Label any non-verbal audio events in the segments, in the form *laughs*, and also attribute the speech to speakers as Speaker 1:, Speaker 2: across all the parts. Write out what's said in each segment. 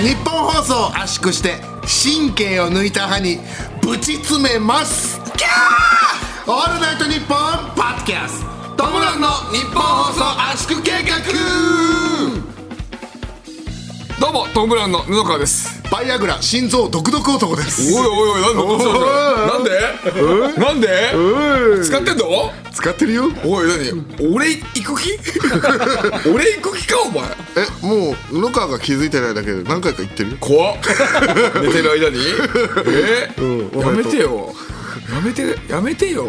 Speaker 1: 日本放送を圧縮して神経を抜いた歯にぶち詰めますキャーオールナイトニッポンパッキャストムランの日本放送圧縮計画
Speaker 2: どうもトムブラウンの布川です
Speaker 1: バイアグラ心臓ドクドク男です
Speaker 2: おいおいおいなんでなんでなんで使ってんの
Speaker 1: 使ってるよ
Speaker 2: おい何俺行く気 *laughs* 俺行く気かお前
Speaker 1: えもう布川が気づいてないだけで何回か言ってるよ
Speaker 2: 怖っ寝てる間にえ、
Speaker 1: うん
Speaker 2: やめてよやめてやめてよ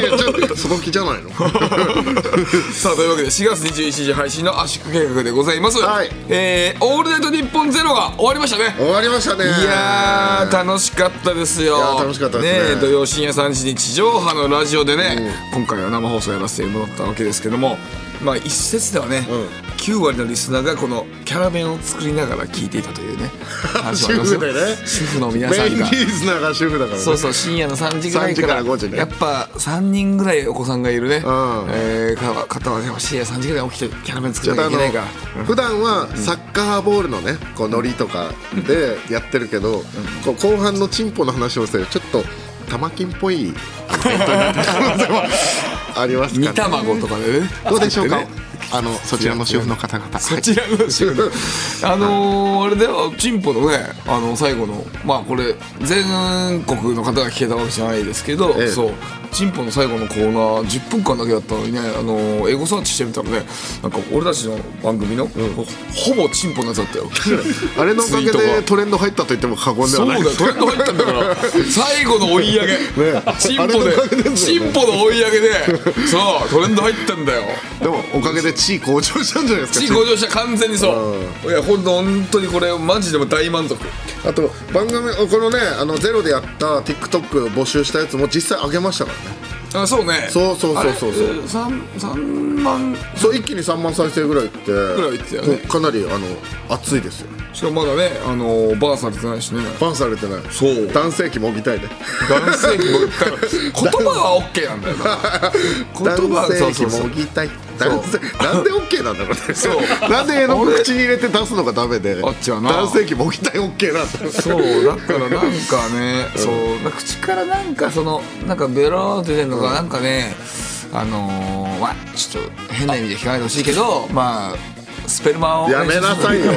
Speaker 1: いやちょその気じゃないの
Speaker 2: *laughs* さあというわけで4月21日配信の圧縮計画でございます、
Speaker 1: はい
Speaker 2: えーオールナイトニッポンゼロが終わりましたね
Speaker 1: 終わりましたね
Speaker 2: いやー楽しかったですよ
Speaker 1: いやー楽しかったですね
Speaker 2: え土曜深夜3時に地上波のラジオでね、今回は生放送やらせてもらったわけですけどもまあ一説ではね、9割のリスナーがこのキャラ弁を作りながら聞いていたとい
Speaker 1: *laughs*
Speaker 2: うね話もあります
Speaker 1: 主
Speaker 2: よ
Speaker 1: 婦でね
Speaker 2: 主婦の皆
Speaker 1: メ
Speaker 2: さ
Speaker 1: イン
Speaker 2: ん
Speaker 1: リ
Speaker 2: が
Speaker 1: ーナーが主婦だからね
Speaker 2: そうそう深夜の3時ぐらい
Speaker 1: 3時
Speaker 2: か
Speaker 1: から
Speaker 2: ら
Speaker 1: 5時ね
Speaker 2: やっぱ3人ぐらいお子さんがいるね、
Speaker 1: ん
Speaker 2: えーか方はやっぱ深夜3時ぐらい起きてキャラ弁作
Speaker 1: ちょ
Speaker 2: ら
Speaker 1: っと
Speaker 2: なき
Speaker 1: あ
Speaker 2: ゃい
Speaker 1: の
Speaker 2: けないから。
Speaker 1: 普段はサッカーボールのねこうノリとかでやってるけど、こう後半のチンポの話をするとちょっと玉金っぽいあのコメントになってる可能性もありますか
Speaker 2: 煮
Speaker 1: ら、
Speaker 2: 卵とかでね
Speaker 1: どうでしょうか、
Speaker 2: 作ってね
Speaker 1: あのそちらの主婦の方々
Speaker 2: そちらの主婦のあのー、あれだよチンポのねあの最後のまあこれ全国の方が聞けたわけじゃないですけど、
Speaker 1: ええ
Speaker 2: そうチンポの最後のコーナー10分間だけだったのにね、あのー、エゴサーチしてみたらねなんか俺たちの番組の、ほほぼチンポのやつだっ
Speaker 1: *laughs*
Speaker 2: たよ
Speaker 1: あれのおかげ
Speaker 2: ツイート
Speaker 1: で
Speaker 2: が
Speaker 1: トレンド入ったと言っても過言で
Speaker 2: そ
Speaker 1: は
Speaker 2: うだ
Speaker 1: ない
Speaker 2: よ
Speaker 1: です
Speaker 2: トレンド入ったんだから最後の追い上げ、チンポ
Speaker 1: あれのおかげですよ
Speaker 2: で
Speaker 1: ね
Speaker 2: チンポの追い上げでそうトレンド入ったんだよ
Speaker 1: でもおかげで地位向上したんじゃないですか
Speaker 2: 地位向上した完全にそういやほんと本当にこれマジでもう大満足
Speaker 1: あと番組このねあのゼロでやった TikTok 募集したやつも実際上げましたからね
Speaker 2: あそうね
Speaker 1: そうそうそうそうそう
Speaker 2: 三三万
Speaker 1: そう一気に3万再生ぐらいいってぐ
Speaker 2: らいいったよね
Speaker 1: かなりあの熱いですよ
Speaker 2: しかもまだねあのバーンされてないしね
Speaker 1: バンされてない
Speaker 2: そう
Speaker 1: 男性器もぎたいね
Speaker 2: 男性器も
Speaker 1: *laughs*
Speaker 2: 言葉はオッケーなんだよな言葉は
Speaker 1: 男
Speaker 2: そう
Speaker 1: 性
Speaker 2: そう
Speaker 1: 器
Speaker 2: そ
Speaker 1: も
Speaker 2: う
Speaker 1: ぎたい男性
Speaker 2: *laughs*
Speaker 1: なんで OK なんだろうね
Speaker 2: そう
Speaker 1: なんで絵の具口に入れて出すのがダメで
Speaker 2: あっちはな
Speaker 1: 男性器もぎたい OK なんだろう
Speaker 2: そうだからなんかね、そうな口からなんかそのなんかベローって出てるのがなんかね、あのー、わちょっと変な意味で聞かないでほしいけどまあスペルマを
Speaker 1: やめなさいよ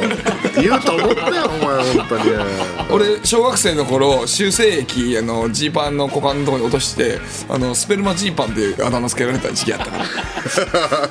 Speaker 1: 言うと思ったよお前本当に
Speaker 2: 俺小学生の頃修正液あのジーパンの股間のとこに落としてあのスペルマジーパンっていうあだ名つけられた時期あった
Speaker 1: *laughs*
Speaker 2: か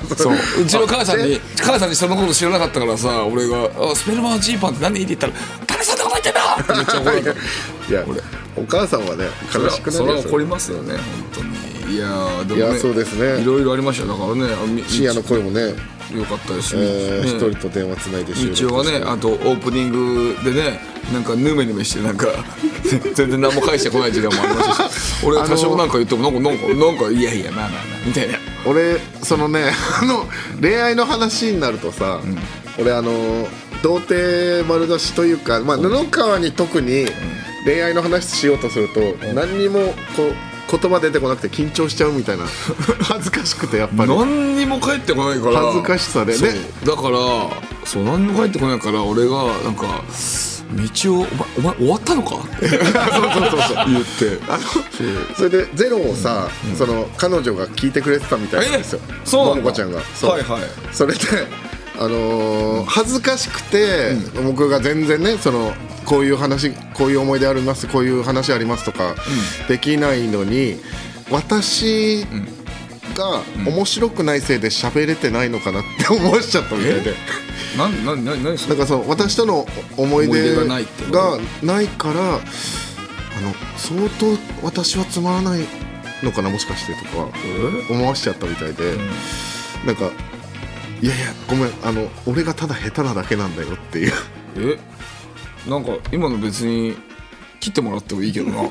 Speaker 2: らそううちの母さんに母さんにそのこと知らなかったからさ俺があ「スペルマジーパンって何?」って言ったら「誰そんなこと言ってんだ!」ってめっちゃ怒られた
Speaker 1: いやお母さんはね悲しくな
Speaker 2: そ
Speaker 1: る
Speaker 2: れは
Speaker 1: よ
Speaker 2: 怒りますよね本当にいやーでも、ね、
Speaker 1: いやそうですね
Speaker 2: いろいろありましたよだからねあみ
Speaker 1: 深夜の声もね
Speaker 2: よかったです
Speaker 1: え
Speaker 2: ね
Speaker 1: ー
Speaker 2: ね
Speaker 1: 一人と電話つないで収録
Speaker 2: 一応はねあとオープニングでねなんかヌメヌメしてなんか *laughs* 全然何も返してこない時間もありましたし俺が多少なんか言ってもなんかなんかなんかいやいやまあまあまあみたいな
Speaker 1: 俺そのね *laughs* あの恋愛の話になるとさ、俺あの童貞丸出しというか、まあ、布川に特に恋愛の話しようとすると、何にもこう言葉出てこなくて緊張しちゃうみたいな *laughs* 恥ずかしくてやっぱり
Speaker 2: 何にも返ってこないから
Speaker 1: 恥ずかしさでね
Speaker 2: そうだからそう何にも返ってこないから俺がなんか道をお前お前終わったのかって
Speaker 1: そうそうそうそう
Speaker 2: 言って
Speaker 1: あのそれでゼロをさ、その彼女が聞いてくれてたみたいなんですよ、
Speaker 2: えそうなんだ
Speaker 1: ももこちゃんがそう
Speaker 2: はいはい
Speaker 1: それで、あのー恥ずかしくて、僕が全然ねそのこういう話こういう思い出ありますこういう話ありますとか、できないのに私が面白くないせいで喋れてないのかなって思っちゃったみたいで。
Speaker 2: 何何何何そ
Speaker 1: な
Speaker 2: れ
Speaker 1: んかそう私との思い
Speaker 2: 思い
Speaker 1: 出
Speaker 2: 出
Speaker 1: が
Speaker 2: が
Speaker 1: な
Speaker 2: ないい
Speaker 1: か
Speaker 2: って
Speaker 1: らあの相当私はつまらないのかなもしかしてとか思わしちゃったみたいで、なんかいやいやごめんあの俺がただ下手なだけなんだよっていう *laughs*
Speaker 2: えなんか今の別に切ってもらってもいいけど *laughs* な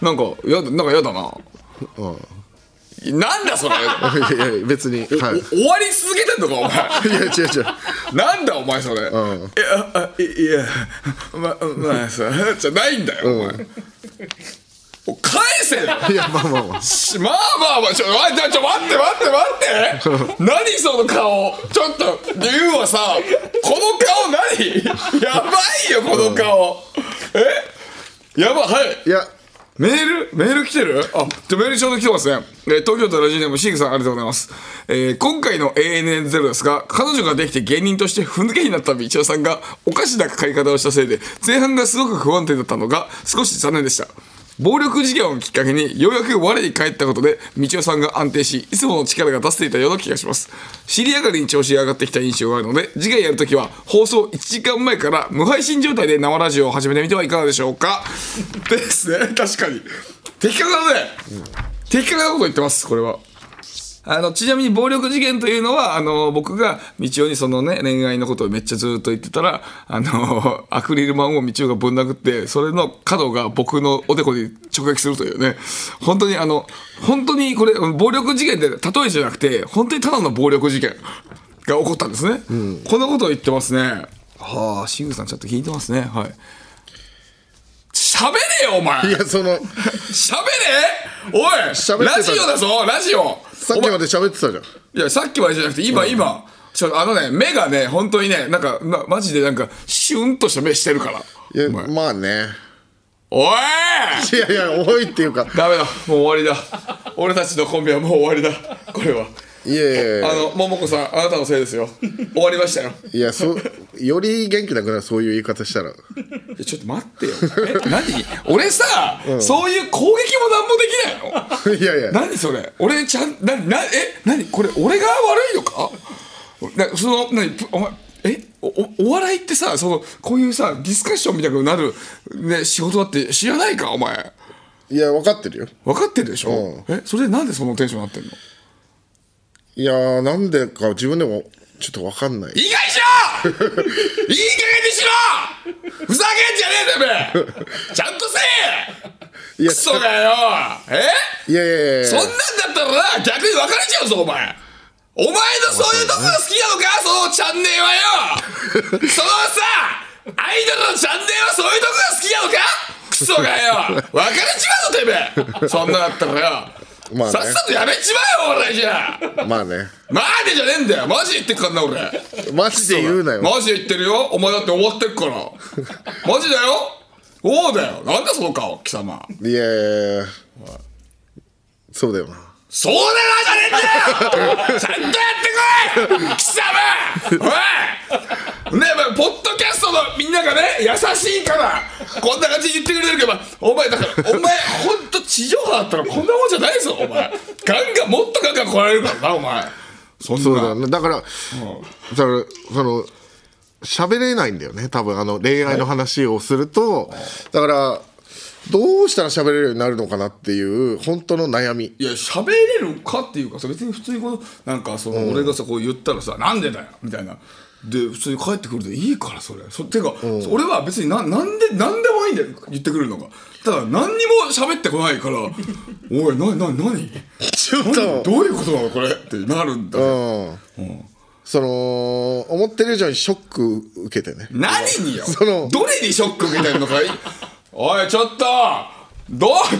Speaker 2: なんかやだなんかやだな
Speaker 1: うん
Speaker 2: なんだそれ
Speaker 1: いやいや別にはい
Speaker 2: お終わり続けてんのかお前
Speaker 1: いや違う違う
Speaker 2: なんだお前それ、
Speaker 1: ん
Speaker 2: いや *laughs* あいいやままあさじゃないんだよ、お前お返せよ
Speaker 1: いやまあまあまあ
Speaker 2: しまあまあまあちょあちょちょ待って待って待って何その顔ちょっと龍はさこの顔何 *laughs* やばいよこの顔、えやばいはい
Speaker 1: いや
Speaker 2: メールメール来てるあ、でメールちょうど来てますね。えー東京都ラジオネームシークさん、ありがとうございます。えー今回の ANN0 ですが、彼女ができて芸人として踏んづけになった道夫さんが、おかしなかかり方をしたせいで、前半がすごく不安定だったのが、少し残念でした。暴力事件をきっかけに、ようやく我に返ったことで、道夫さんが安定し、いつもの力が出せていたような気がします。尻上がりに調子が上がってきた印象があるので、次回やるときは、放送1時間前から無配信状態で生ラジオを始めてみてはいかがでしょうか。ですね、確かに。的確だね。的確なこと言ってます、これは。あの、ちなみに暴力事件というのは、あの、僕が、道夫にそのね、恋愛のことをめっちゃずっと言ってたら、あの、 *laughs* アクリル板を道夫がぶん殴って、それの角が僕のおでこに直撃するというね、本当にあの、本当にこれ、暴力事件って例えじゃなくて、本当にただの暴力事件が起こったんですね。このことを言ってますね。はあ、シングさんちょっと聞いてますね。はい。喋れよ、お前
Speaker 1: いやその
Speaker 2: 喋れおいラ
Speaker 1: 喋ってた
Speaker 2: ジオだぞラジオ
Speaker 1: さっきまで喋ってたじゃん
Speaker 2: いや、さっきまでじゃなくて、今、今、ちょあのね、目がね、本当にね、なんか、ま、マジでなんか、シュンとした目してるから。
Speaker 1: いやまあね
Speaker 2: おい
Speaker 1: いやいや多いっていうか
Speaker 2: ダメだ、もう終わりだ。俺たちのコンビはもう終わりだ。これは。
Speaker 1: いやいやい
Speaker 2: あ
Speaker 1: や
Speaker 2: の、桃子さん、あなたのせいですよ。終わりましたよ。
Speaker 1: いやそより元気なくなるそういう言い方したら
Speaker 2: いやちょっと待ってよ。え、何俺さ、そういう攻撃もなんもできないの
Speaker 1: いやいや
Speaker 2: 何それ俺ちゃんななえ何これ俺が悪いのかなその何ぷお前えおおお笑いってさそのこういうさディスカッションみたいになる、ね、仕事だって知らないかお前
Speaker 1: いや分かってるよ
Speaker 2: 分かってるでしょ、
Speaker 1: う
Speaker 2: えそれでなんでそのテンションになってんの
Speaker 1: いやーなんでか自分でもちょっと分かんない
Speaker 2: いい加減しろ *laughs* いい加減にしろふざけんじゃねえんだよお前ちゃんとせえ
Speaker 1: いや
Speaker 2: クソだよえ
Speaker 1: いやいやいや
Speaker 2: そんなんだったらな、逆に別れちゃうぞ、お前。お前のそういうとこが好きなのか、そのチャンネルはよ。
Speaker 1: *laughs*
Speaker 2: そのさ、アイドルのチャンネルはそういうとこが好きなのかクソがよ。別れちまうぞ、てめえ。そんなんだったらよ。
Speaker 1: まあね
Speaker 2: さっさとやめちまえよ、俺じゃ。
Speaker 1: まあね
Speaker 2: マジでじゃねえんだよ。マジで言ってっからな、俺。
Speaker 1: マジで言うなよ
Speaker 2: マジで言ってるよ。お前だって思っ
Speaker 1: *laughs*
Speaker 2: てっから。マジだよ。おうだよ。なんだその顔、貴様。
Speaker 1: いやいやいやそうだよな
Speaker 2: そうだなじゃねえんだよちゃんとやってこい貴様おいねえ、まあ、ポッドキャストのみんながね優しいからこんな感じで言ってくれてるけどまあお前だからお前ほんと地上波だったらこんなもんじゃないぞお前ガンガンもっとガンガン来られるからなお前そんな
Speaker 1: そうだよねだから、だからその喋れないんだよね多分あの恋愛の話をすると、だからどうしたら喋れるようになるのかなっていう本当の悩み
Speaker 2: いや喋れるかっていうかさ別に普通にこのなんかその俺がさこう言ったらさ「なんでだよ」みたいなで普通に帰ってくるでいいからそれそてか、俺は別にななんでなんでもいいんだよ言ってくるのがただ何にも喋ってこないから *laughs* 「おいなな何
Speaker 1: ちょっ
Speaker 2: 何
Speaker 1: と、
Speaker 2: どういうことなのこれ」ってなるんだよ
Speaker 1: うんその思ってる以上にショック受けてね
Speaker 2: 何によ
Speaker 1: その
Speaker 2: どれにショック受けてんのかい *laughs* おいちょっとどうどうなっ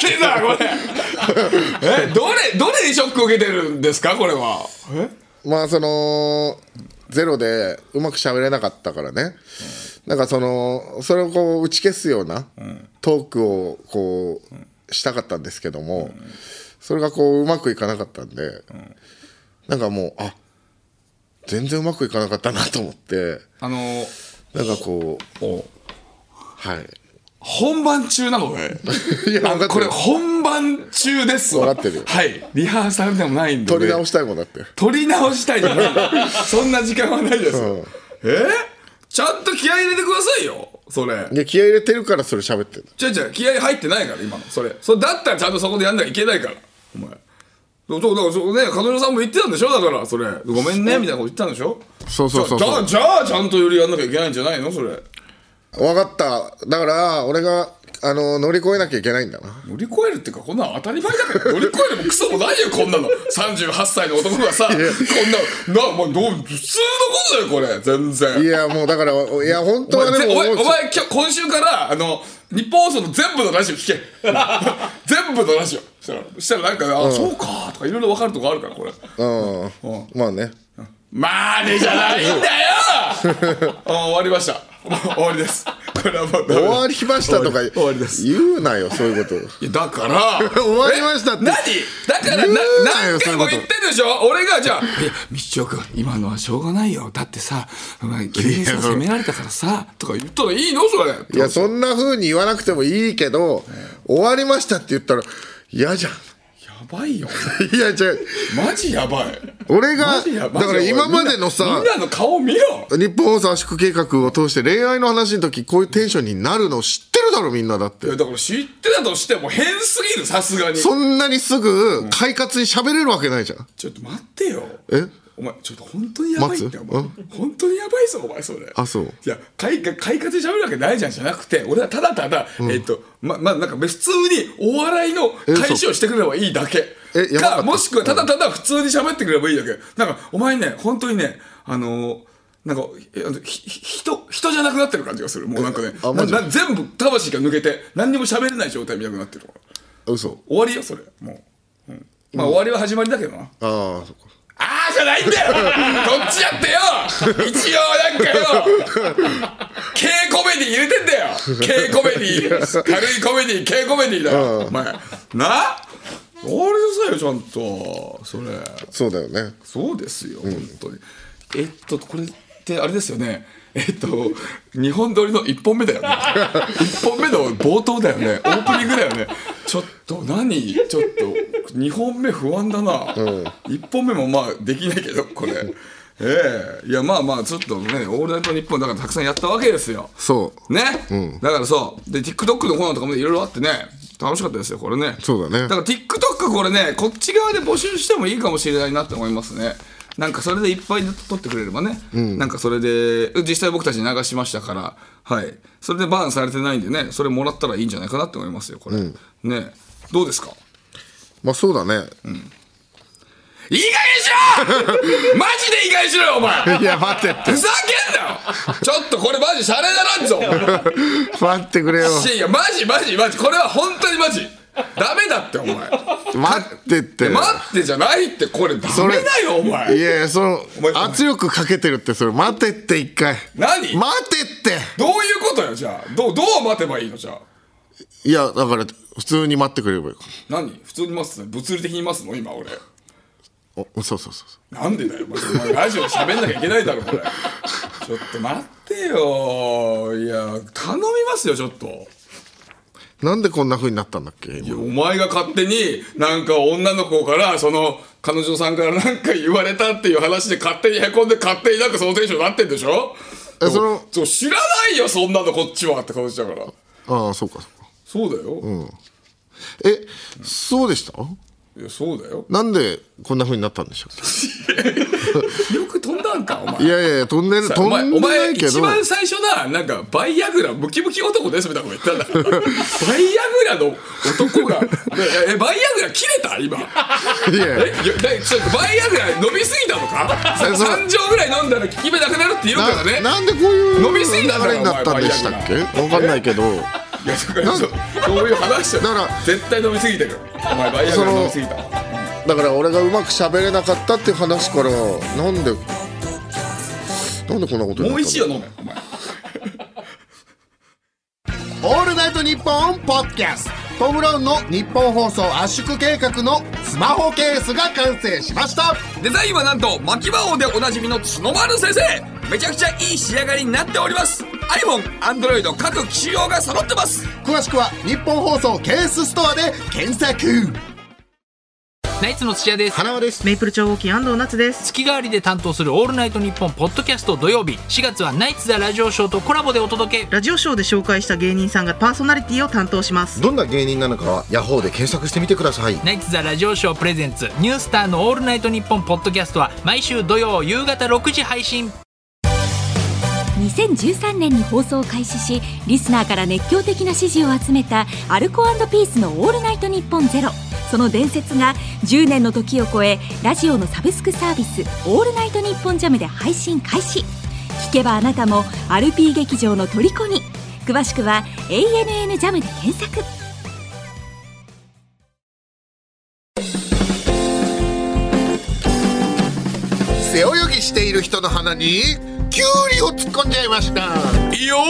Speaker 2: てんだこれ *laughs* えどれどれにショック受けてるんですかこれはえ
Speaker 1: まあそのゼロでうまく喋れなかったからね、なんかそのそれをこう打ち消すようなトークをこうしたかったんですけども、それがこううまくいかなかったんで、なんかもうあ全然うまくいかなかったなと思って
Speaker 2: あの
Speaker 1: なんかこうはい
Speaker 2: 本番中なのね
Speaker 1: いや分かってる
Speaker 2: これ本番中ですわ
Speaker 1: 分かってるよ
Speaker 2: はいリハーサルでもないんで、ね、
Speaker 1: 撮り直したいもんだって
Speaker 2: 撮り直した
Speaker 1: *laughs*
Speaker 2: いじゃないそんな時間はないです、
Speaker 1: うん
Speaker 2: えちゃんと気合い入れてくださいよそれ
Speaker 1: で気合い入れてるからそれ喋ってる
Speaker 2: ちょいちょい気合い入ってないから今のそれそれだったらちゃんとそこでやんなきゃいけないからお前そうそうだからそうね彼女さんも言ってたんでしょだからそれごめんねみたいなこと言ってたんでしょ
Speaker 1: そうそうそう
Speaker 2: じ
Speaker 1: そう
Speaker 2: ゃあじゃあじゃあちゃんとよりやんなきゃいけないんじゃないのそれ
Speaker 1: 分かっただから俺があの乗り越えなきゃいけないんだな
Speaker 2: 乗り越えるっていうかこんなの当たり前だから乗り越えるもクソもないよこんなの38歳の男がさこんなのなお前どう普通のことだよこれ全然
Speaker 1: いやもうだからいや本
Speaker 2: お
Speaker 1: 当は
Speaker 2: 前
Speaker 1: で
Speaker 2: ぜ
Speaker 1: も
Speaker 2: お前
Speaker 1: 思う
Speaker 2: お前今日今週からあの日本放送の全部のラジ
Speaker 1: *laughs*
Speaker 2: オ聞け全部のラジオそしたらそしたらなんかね、あそうかとかいろいろ分かるとこあるからこれ
Speaker 1: うんまあね
Speaker 2: まあねじゃないんだよ
Speaker 1: *laughs*
Speaker 2: あ終わりました *laughs* もう終わりですこれはもうダメ
Speaker 1: 終
Speaker 2: だ
Speaker 1: わりましたとか
Speaker 2: 終わりです
Speaker 1: 言うなよそういうこと
Speaker 2: いやだから
Speaker 1: *laughs* 終わりましたって
Speaker 2: え何だからな
Speaker 1: 言うなよ
Speaker 2: 何回も
Speaker 1: そうい
Speaker 2: 言
Speaker 1: う
Speaker 2: っ
Speaker 1: こ
Speaker 2: てるでしょ俺がじゃあ「いや道夫君今のはしょうがないよだってさお前急にさ責められたからさ」とか言ったらいいのそれ
Speaker 1: いやそんな風に言わなくてもいいけど終わりましたって言ったら嫌じゃん *laughs*
Speaker 2: やばいよ
Speaker 1: いやじゃう
Speaker 2: マジやばい
Speaker 1: 俺が
Speaker 2: マジ
Speaker 1: だ
Speaker 2: やばい
Speaker 1: から今までの
Speaker 2: み
Speaker 1: さ
Speaker 2: んなみんなの顔見ろ
Speaker 1: 日本放送圧縮計画を通して恋愛の話の時こういうテンションになるの知ってるだろみんなだって
Speaker 2: いやだから知ってたとしても変すぎるさすがに
Speaker 1: そんなにすぐ快活に喋れるわけないじゃん
Speaker 2: ちょっと待ってよ
Speaker 1: え
Speaker 2: お前ちょっと本当にやばいってお
Speaker 1: 待つ
Speaker 2: 前本当にやばいぞお前それ
Speaker 1: あそう
Speaker 2: いや快快活で喋るわけないじゃんじゃなくて俺はただただ、えっ、とままあなんか普通にお笑いの返しをしてくれればいいだけ
Speaker 1: えやばかった
Speaker 2: かもしくはただただ普通に喋ってくれればいいだけなんかお前ね本当にねあのーなんかえあのひひ人人じゃなくなってる感じがするもうなんかね
Speaker 1: あマジ
Speaker 2: なな全部魂が抜けて何にも喋れない状態みたいになってるから
Speaker 1: 嘘
Speaker 2: 終わりよそれもう、うんまあ終わりは始まりだけどな
Speaker 1: ああそっか
Speaker 2: あーじゃないんだよどっちやってよ一応なんかよ軽コメディ入れてんだよ軽コメディ軽いコメディ軽コメディだよ、お前なあれなさいよちゃんとそれ
Speaker 1: そうだよね
Speaker 2: そうですよ、本当にえっとこれってあれですよねえっと日本撮りの1本目だよね1本目の冒頭だよねオープニングだよねちょっと何ちょっと2本目不安だな、1本目もまあできないけどこれええいやまあまあちょっとね「オールナイトニッポン」だからたくさんやったわけですよ
Speaker 1: そう
Speaker 2: ね、だからそうで TikTok のコーナーとかもいろいろあってね楽しかったですよこれね
Speaker 1: そうだね
Speaker 2: だから TikTok これねこっち側で募集してもいいかもしれないなって思いますねなんかそれでいっぱい撮ってくれればね、なんかそれで実際僕たち流しましたからはいそれでバーンされてないんでねそれもらったらいいんじゃないかなって思いますよこれ、ねどうですか
Speaker 1: まあそうだね
Speaker 2: いい加減にし
Speaker 1: *laughs*
Speaker 2: ろマジでいい加減にしろよお前
Speaker 1: いや待ってって
Speaker 2: ふざけんなよちょっとこれマジシャレだなんぞお前
Speaker 1: *laughs* 待ってくれよ
Speaker 2: いやいやマジマジマジこれは本当にマジダメだってお前
Speaker 1: 待ってって
Speaker 2: 待ってじゃないってこれダ
Speaker 1: そ
Speaker 2: メ
Speaker 1: れ
Speaker 2: だよお
Speaker 1: い
Speaker 2: 前
Speaker 1: やいやその
Speaker 2: 前
Speaker 1: 圧力かけてるってそれ待てって一回
Speaker 2: 何
Speaker 1: 待てっ
Speaker 2: どういうことよじゃあどうどう待てばいいのじゃあ
Speaker 1: ていやだから普通に待ってくれればいい
Speaker 2: 何普通に待つの物理的に待つの今俺
Speaker 1: おそうそうそうそう
Speaker 2: なんでだよマジお前ラジオで喋んなきゃいけないだろこれちょっと待ってよいや頼みますよちょっと
Speaker 1: なんでこんな風になったんだっけ今
Speaker 2: いやお前が勝手になんか女の子からその彼女さんからなんか言われたっていう話で勝手にへこんで勝手になんかそのテンションになってんでしょ
Speaker 1: えその
Speaker 2: そう知らないよそんなのこっちはって感じだから
Speaker 1: ああそうかそうか
Speaker 2: そうだよ、
Speaker 1: えそうでした
Speaker 2: いやそうだよ
Speaker 1: なんでこんな風になったんでしょう
Speaker 2: よく飛んだんかお前
Speaker 1: いやいやいや飛んでる
Speaker 2: お
Speaker 1: 飛
Speaker 2: 前
Speaker 1: ん
Speaker 2: お
Speaker 1: でな
Speaker 2: 前
Speaker 1: いけ
Speaker 2: 一
Speaker 1: ど
Speaker 2: 番最初ななんかバイアグラムキムキ男ですみたいなこと言った
Speaker 1: *laughs*
Speaker 2: んだからバイアグラの男がええバイアグラ切れた今
Speaker 1: いや
Speaker 2: えいやだちょっとバイアグラ飲みすぎたのか
Speaker 1: えそう
Speaker 2: 3錠ぐらい飲んだら効き目なくなるって言うから
Speaker 1: な
Speaker 2: ね
Speaker 1: なんでこういう
Speaker 2: 飲み過ぎたんだ
Speaker 1: 流
Speaker 2: よ
Speaker 1: れになったんでしたっけわかんないけど
Speaker 2: いやだからそうそういう話だ
Speaker 1: だか
Speaker 2: よ
Speaker 1: ら
Speaker 2: 絶対飲みすぎてるよお前バイアグラ飲みすぎた
Speaker 1: だから俺がうまく喋れなかったっていう話からなんでなんでこんなことになったの
Speaker 2: もう一を飲めお前
Speaker 1: オールナイトニッポンポッドキャストトム・ブラウンの日本放送圧縮計画のスマホケースが完成しました
Speaker 2: デザインはなんと牧場王でおなじみの角丸先生めちゃくちゃいい仕上がりになっております iPhone、Android 各機種用が揃ってます
Speaker 1: 詳しくは日本放送ケースストアで検索
Speaker 3: ナイツの土屋です。
Speaker 1: 花輪です
Speaker 4: メイプル超合金安藤夏です。
Speaker 3: 月替わりで担当する「オールナイトニッポン」ポッドキャスト土曜日4月はナイツ・ザ・ラジオショーとコラボでお届け
Speaker 4: ラジオショーで紹介した芸人さんがパーソナリティを担当します。
Speaker 5: どんな芸人なのかはヤホーで検索してみてください
Speaker 3: ナイツ・ザ・ラジオショープレゼンツニュースターの「オールナイトニッポン」ポッドキャストは毎週土曜夕方6時配信
Speaker 6: 日2013年に放送を開始しリスナーから熱狂的な支持を集めたアルコピースの「オールナイトニッポンゼロその伝説が10年の時を超えラジオのサブスクサービス「オールナイトニッポンジャムで配信開始聞けばあなたもアルピー劇場の虜に詳しくは「ANN ジャムで検索
Speaker 5: 背泳ぎしている人の鼻にキュウリを突っ込んじゃいました
Speaker 2: いいよ
Speaker 5: オ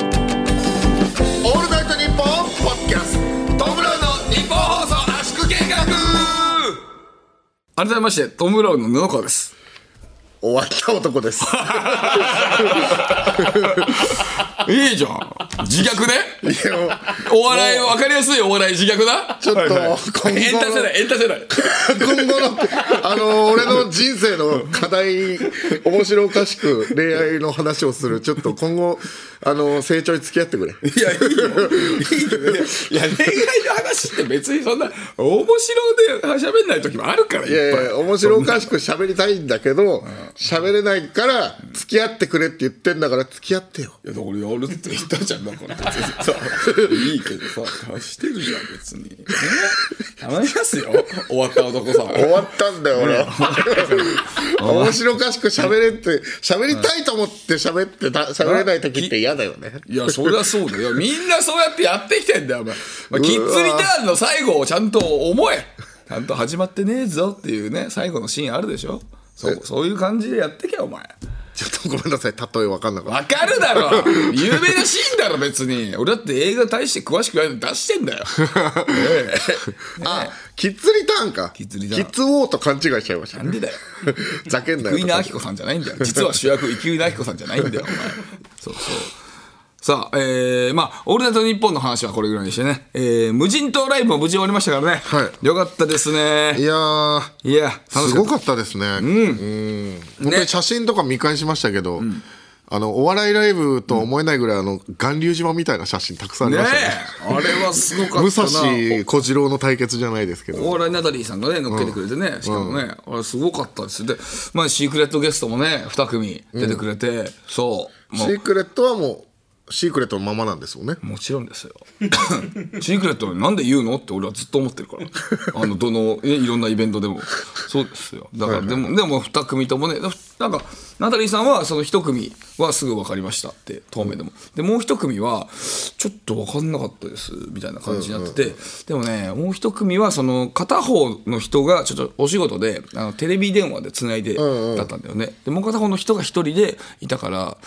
Speaker 5: ールナイトニッポンポッドキャストトムブラウンの日本放送圧縮計画
Speaker 2: ー改めましてトム・ブラウンの布川です
Speaker 5: 終わった男です
Speaker 2: いいじゃん自虐ね
Speaker 5: いやもう
Speaker 2: お笑い分かりやすいお笑い自虐だ
Speaker 5: ちょっと今後の
Speaker 2: エンタ世代エンタ世代
Speaker 5: 今後の
Speaker 1: あの俺の人生の課題面白おかしく恋愛の話をするちょっと今後あの成長に付き合ってくれ
Speaker 2: いや、いいよ。いいよ。いや、恋愛の話って別にそんな、面白で喋んない時もあるから、い
Speaker 1: いやいや
Speaker 2: っぱい
Speaker 1: 面白おかしく喋りたいんだけど喋れないから付き合ってくれって言ってんだから付き合ってよ
Speaker 2: いや、だからやるって言ったじゃん、だから別にさ、いいけどさ、貸してるじゃん、別に。ね頼みますよ、終わった男さん。
Speaker 1: 終わったんだよ俺は面白おかしく喋れって喋りたいと思って喋ってた喋れない時って嫌だよね
Speaker 2: いや、そりゃそうだよ。いやみんなそうやってやってきてんだよ、お前。まあ、キッズリターンの最後をちゃんと思え。ちゃんと始まってねえぞっていうね、最後のシーンあるでしょ。そうそういう感じでやってけよ、お前。
Speaker 1: ちょっとごめんなさい例えわかんなかっ
Speaker 2: わかるだろ有名なシーンだろ別に俺だって映画大して詳しくないのに出してんだよ、ええ
Speaker 1: た *laughs* あキッズリターンか
Speaker 2: キッズリターン
Speaker 1: キッズウォーと勘違いしちゃいました
Speaker 2: なんでだよ
Speaker 1: *laughs* ざけんなよ
Speaker 2: 生稲晃子さんじゃないんだよ実は主役生稲晃子さんじゃないんだよお前 *laughs* そうそうさあえー、まあ「オールナイトニッポン」の話はこれぐらいにしてね、えー、無人島ライブも無事終わりましたからね、
Speaker 1: はい
Speaker 2: よかったですね
Speaker 1: いやー
Speaker 2: いや楽し
Speaker 1: す
Speaker 2: か
Speaker 1: ご
Speaker 2: った
Speaker 1: かったですね。うん。本当に写真とか見返しましたけど、あの、お笑いライブとは思えないぐらい、あの、巌流島みたいな写真たくさんあり
Speaker 2: ね
Speaker 1: ましたね。
Speaker 2: えあれはすごかったな
Speaker 1: 武蔵小次郎の対決じゃないですけ
Speaker 2: お
Speaker 1: ど。
Speaker 2: 笑いナダリーさんがね乗っけてくれてね、しかもね、あれすごかったですで、まあ、シークレットゲストもね2組出てくれて、そうも
Speaker 1: シークレットはもう、シークレットのままなんですよね。
Speaker 2: うもちろんですよ *laughs* シークレットなんで言うのって俺はずっと思ってるからあのどのねいろんなイベントでもそうですよだからでも、でも2組ともねなんかナダリーさんはその1組はすぐ分かりましたって透明でもでもう1組はちょっと分かんなかったですみたいな感じになってて、でもねもう1組はその片方の人がちょっとお仕事であのテレビ電話でつないでだったんだよね、でもう片方の人が1人でいたから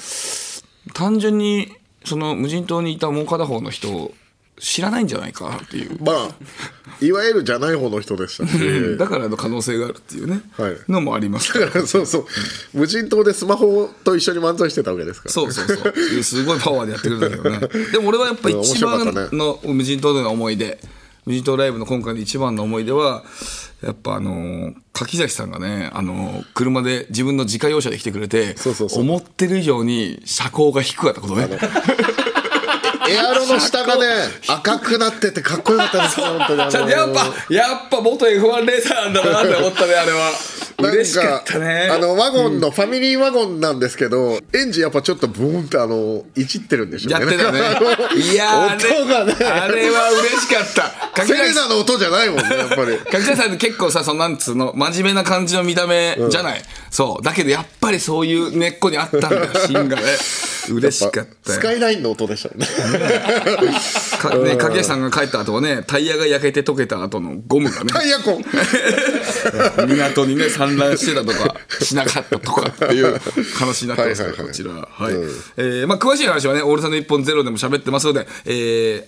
Speaker 2: 単純にその無人島にいたもう片方の人を知らないんじゃないかっていう、
Speaker 1: まあ、いわゆるじゃない方の人でしたし。
Speaker 2: *laughs* だからの可能性があるっていうね、
Speaker 1: はい
Speaker 2: のもありますから
Speaker 1: だから *laughs* そうそう、無人島でスマホと一緒に漫才してたわけですから。
Speaker 2: そうそうそうすごいパワーでやってくれる
Speaker 1: *laughs*
Speaker 2: んだけどねでも俺はやっぱ一
Speaker 1: 面白かっ
Speaker 2: 番
Speaker 1: た
Speaker 2: の無人島での思い出無人島ライブの今回の一番の思い出はやっぱあのー柿崎さんがね、あのー車で自分の自家用車で来てくれて
Speaker 1: そうそうそう
Speaker 2: 思ってる以上に車高が低かったことね
Speaker 1: エアロの下
Speaker 2: *laughs*
Speaker 1: がね、赤くなっててかっこよかったですね、本当にあのー。
Speaker 2: ちゃんとやっぱ、やっぱ元 F1 レーサーなんだなって思った
Speaker 1: *laughs*
Speaker 2: ね、あれは。
Speaker 1: なん
Speaker 2: 嬉しかったね。
Speaker 1: あの、ワゴンの、ファミリーワゴンなんですけど、エンジンやっぱちょっとブーンってあの、いじってるんでしょう
Speaker 2: や
Speaker 1: ね。
Speaker 2: って
Speaker 1: *laughs*
Speaker 2: たね
Speaker 1: なんかあの。
Speaker 2: いやー、あ
Speaker 1: 音がね
Speaker 2: れ、あれは嬉しかっ
Speaker 1: *laughs*
Speaker 2: た。
Speaker 1: セ
Speaker 2: 柿
Speaker 1: レ
Speaker 2: 崎さ
Speaker 1: ナ
Speaker 2: ん
Speaker 1: の音じゃないもんね、やっぱり。
Speaker 2: 柿崎さんって結構さ、そのなんつうの、真面目な感じの見た目じゃない。そう。だけどやっぱりそういう根っこにあったんだよ、芯
Speaker 1: *laughs*
Speaker 2: がね。嬉しかった
Speaker 1: ス
Speaker 2: よ
Speaker 1: カ。イラインの音でしたもん
Speaker 2: *laughs*
Speaker 1: ね。
Speaker 2: かね、かさんが帰った後はね、タイヤが焼けて溶けた後のゴムがね
Speaker 1: タ、イヤコン。
Speaker 2: *laughs* 港にね、散乱してたとか、しなかったとかっていう話になってますから、
Speaker 1: はいはいはい
Speaker 2: こちら。はい。
Speaker 1: うん
Speaker 2: えーまあ、詳しい話はね、オールサンド一本ゼロでも喋ってますので、え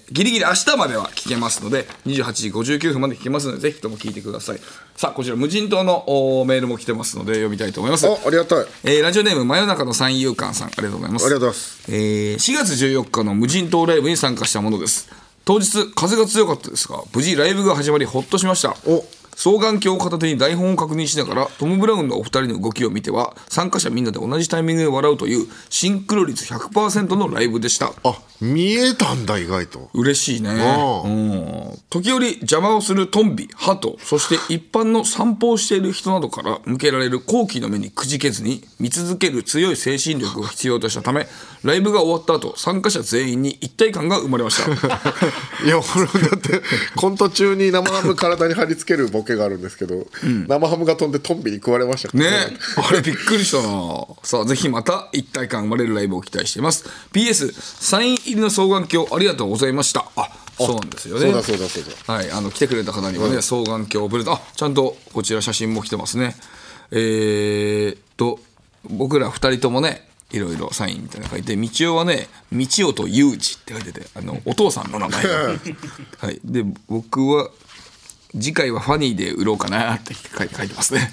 Speaker 2: ー、ギリギリ明日までは聞けますので、28時59分まで聞けますので、ぜひとも聞いてください。さあ、こちら、無人島のおーメールも来てますので、読みたいと思います。
Speaker 1: あ、ありがたい。あ
Speaker 2: えーラジオネーム真夜中の三遊間さんありがとうございます
Speaker 1: りがとうございます。
Speaker 2: えー4月14日の無人島ライブに参加したものです当日風が強かったですが無事ライブが始まりほっとしました
Speaker 1: お
Speaker 2: 双眼鏡を片手に台本を確認しながらトム・ブラウンのお二人の動きを見ては参加者みんなで同じタイミングで笑うというシンクロ率100%のライブでした
Speaker 1: あ見えたんだ意外と
Speaker 2: 嬉しいね、
Speaker 1: ああ
Speaker 2: うん、時折邪魔をするトンビハトそして一般の散歩をしている人などから向けられる好奇の目にくじけずに見続ける強い精神力を必要としたためライブが終わった後参加者全員に一体感が生まれました
Speaker 1: いや俺もだってコント中に生ハム体に貼り付けるボケがあるんですけど、生ハムが飛んでトンビに食われましたから
Speaker 2: ねあれびっくりしたなさあぜひまた一体感生まれるライブを期待しています PS サイン入りの双眼鏡ありがとうございましたあそうなんですよね
Speaker 1: そうだそうだそうだ
Speaker 2: はい、あの来てくれた方にはね、双眼鏡をプレゼントあちゃんとこちら写真も来てますねえー、っと僕ら二人ともねいろいろサインみたいなの書いて道夫はね「道夫と裕二」って書いててあのお父さんの
Speaker 1: *laughs*
Speaker 2: 名前が、はい、で僕は「次回はファニーで売ろうかな」って書いて書いて
Speaker 1: *laughs*
Speaker 2: ますね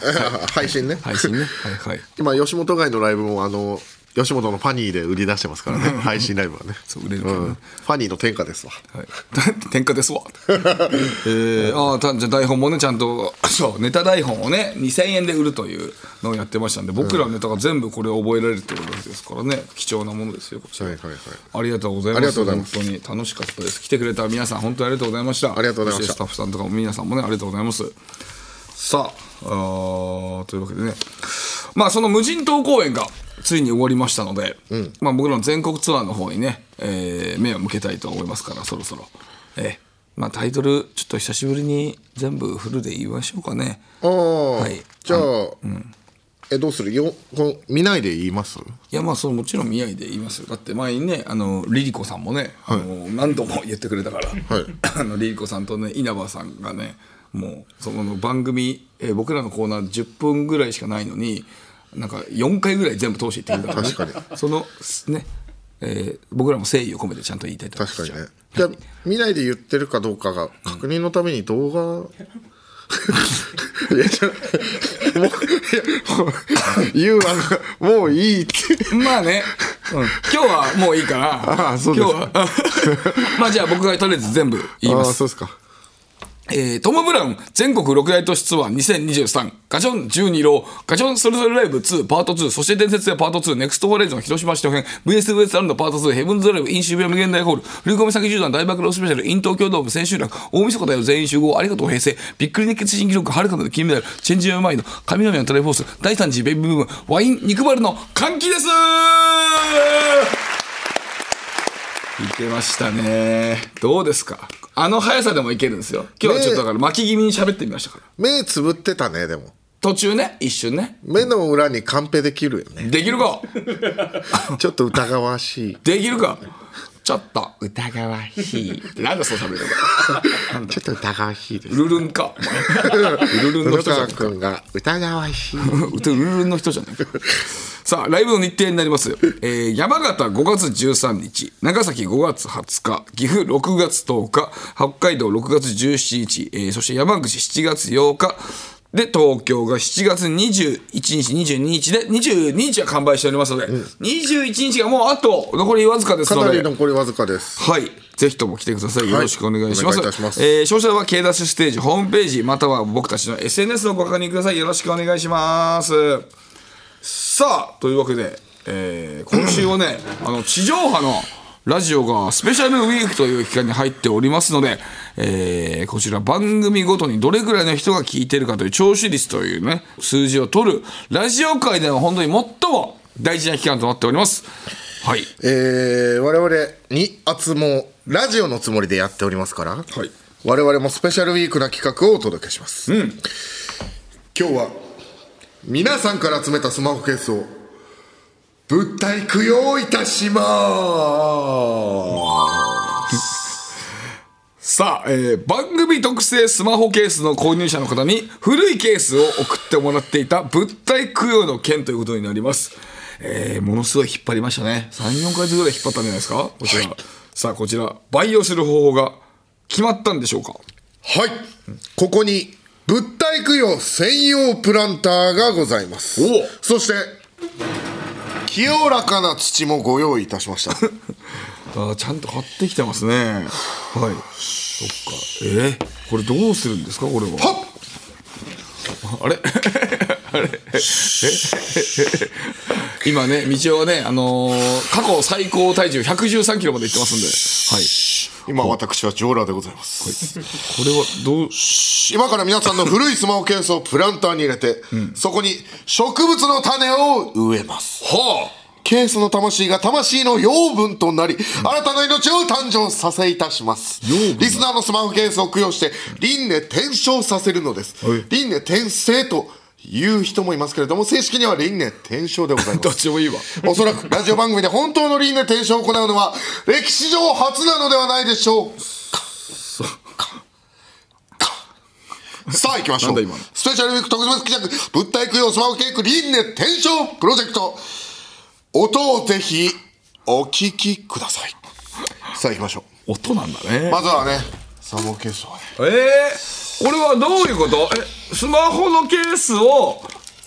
Speaker 1: 配信ね
Speaker 2: 配信ねはいはい
Speaker 1: 今吉本街のライブもあの吉本のファニーで売り出してますから
Speaker 2: *laughs*
Speaker 1: ね配信ライブはね
Speaker 2: そう売れるからね
Speaker 1: んファニーの天下ですわ
Speaker 2: はい、 *laughs* 天下 *laughs* ですわ、えー、あーたじゃあ台本もねちゃんと *laughs* そうネタ台本をね2000円で売るというのをやってましたんで僕らのネタが全部これを覚えられるってことですからね貴重なものですよこちら
Speaker 1: はいはいはい
Speaker 2: ありがとうございます
Speaker 1: ありがとうございます
Speaker 2: 本当に楽しかったです来てくれた皆さん本当にありがとうございました
Speaker 1: ありがとうございました
Speaker 2: そてスタッフさんとかも皆さんもねありがとうございますさああーというわけでねまあその無人島公演がついに終わりましたので、まあ、僕らの全国ツアーの方にね、えー目を向けたいと思いますからそろそろ、ええまあ、タイトルちょっと久しぶりに全部フルで言いましょうかね
Speaker 1: ああ、
Speaker 2: はい
Speaker 1: じゃあ、えどうするよこの見ないで言います
Speaker 2: いやまあそのもちろん宮城で言いますよだって前にねあのリリコさんもね、あの何度も言ってくれたから、 *laughs* あのリリコさんとね稲葉さんがねもうその番組、えー僕らのコーナー10分ぐらいしかないのになんか4回ぐらい全部通して言ってくれたから、ね、
Speaker 1: 確
Speaker 2: そのね、えー僕らも誠意を込めてちゃんと言いたいと思いま
Speaker 1: 確
Speaker 2: す
Speaker 1: かにねじゃあ見ないで言ってるかどうかが確認のために動
Speaker 2: *laughs*
Speaker 1: 画いやじゃあもういやもう *laughs* 言うわもういいって
Speaker 2: まあね、うん、今日はもういいから
Speaker 1: あーそうです
Speaker 2: 今日は *laughs* まあじゃあ僕がとりあえず全部言い
Speaker 1: ああ
Speaker 2: ます
Speaker 1: そうですか
Speaker 2: えートム・ブラウン全国六大都市ツアー2023ガチョン12郎ガチョンそれぞれライブ2パート2そして伝説やパート2ネクストホレイゾン広島市長編 VS ウエストランドパート2ヘブンズドライブインシビア無限大ホール振り込み先集団大爆露スペシャルイン東京ドーム千秋楽大晦日だよ全員集合ありがとう平成びっくり熱血新記録はるかなる金メダルチェンジ・オブマインド神々のトレフォース第3次ベイビーブームワイン肉バルの歓喜ですいけましたねどうですかあの速さでもいけるんですよ今日はちょっとだから巻き気味に喋ってみましたから
Speaker 1: 目つぶってたねでも
Speaker 2: 途中ね一瞬ね
Speaker 1: 目の裏にカンペできるよ
Speaker 2: *laughs*
Speaker 1: ね
Speaker 2: できるか
Speaker 1: ちょっと疑わしい
Speaker 2: できるかちょっと疑わしいなんでそう喋るの
Speaker 1: ちょっと疑わしいです
Speaker 2: ルルンかお前ルルンの
Speaker 1: 布
Speaker 2: 人じ
Speaker 1: 川
Speaker 2: ゃない
Speaker 1: 君が疑わし
Speaker 2: *laughs*
Speaker 1: い
Speaker 2: うてるるるの人じゃないか。さあ、ライブの日程になります。えー山形5月13日、長崎5月20日、岐阜6月10日、北海道6月17日、えーそして山口7月8日、で、東京が7月21日、22日で、22日は完売しておりますので、21日がもうあと残りわずかです
Speaker 1: か
Speaker 2: の
Speaker 1: な
Speaker 2: で
Speaker 1: り、残りわずかです
Speaker 2: はい。ぜひとも来てください。よろしくお願いします。
Speaker 1: お願いいたします
Speaker 2: えー詳細は K ダッシュステージホームページ、または僕たちの SNS のご確認ください。よろしくお願いします。さあ、というわけで、えー今週
Speaker 1: *clears throat*
Speaker 2: はね、あの、地上波のラジオがスペシャルウィークという期間に入っておりますので、えーこちら番組ごとにどれぐらいの人が聞いてるかという聴取率というね、数字を取る、ラジオ界では本当に最も大事な期間となっております。はい。
Speaker 1: えー、我々に集もうラジオのつもりでやっておりますから、
Speaker 2: い
Speaker 1: 我々もスペシャルウィークな企画をお届けします、今日は皆さんから集めたスマホケースを物体供養いたしま
Speaker 2: さあ、えー番組特製スマホケースの購入者の方に古いケースを送ってもらっていた物体供養の件ということになります、えーものすごい引っ張りましたね34ヶ月ぐらい引っ張ったんじゃないですかこちら、さあこちら培養する方法が決まったんでしょうか
Speaker 1: すはいここに物体供養専用プランターがございます
Speaker 2: おう
Speaker 1: そして清らかな土もご用意いたしま
Speaker 2: *laughs*
Speaker 1: した
Speaker 2: あーちゃんと買ってきてますねはいそっかえーこれどうするんですかこれは
Speaker 1: はっ
Speaker 2: あれ *laughs* あれ *laughs* え今ね道夫はね、あのー過去最高体重1 1 3キロまでいってますんで、はい、
Speaker 1: 今私はジョーラーでございます
Speaker 2: これはどう
Speaker 1: 今から皆さんの古いスマホケースをプランターに入れて、そこに植物の種を植えます
Speaker 2: は
Speaker 1: ケースの魂が魂の養分となり、新たな命を誕生させいたしますリスナーのスマホケースを供養して輪廻転生させるのです輪廻転生という人もいますけれども正式には輪廻転生でござい
Speaker 2: あど
Speaker 1: ま
Speaker 2: っ
Speaker 1: す
Speaker 2: ちもいいわ
Speaker 1: *laughs* おそらくラジオ番組で本当の輪廻転生を行うのは歴史上初なのではないでしょうかかさあ行きましょ
Speaker 2: なんだ
Speaker 1: う
Speaker 2: 今の
Speaker 1: スペシャルウィーク特別企画物体供養スマホケーク輪廻転生プロジェクト音をぜひお聞きくださいさあ行きましょ
Speaker 2: 音なんだね
Speaker 1: うまずはねサモケースはね
Speaker 2: えー、これはどういうことえスマホのケースを、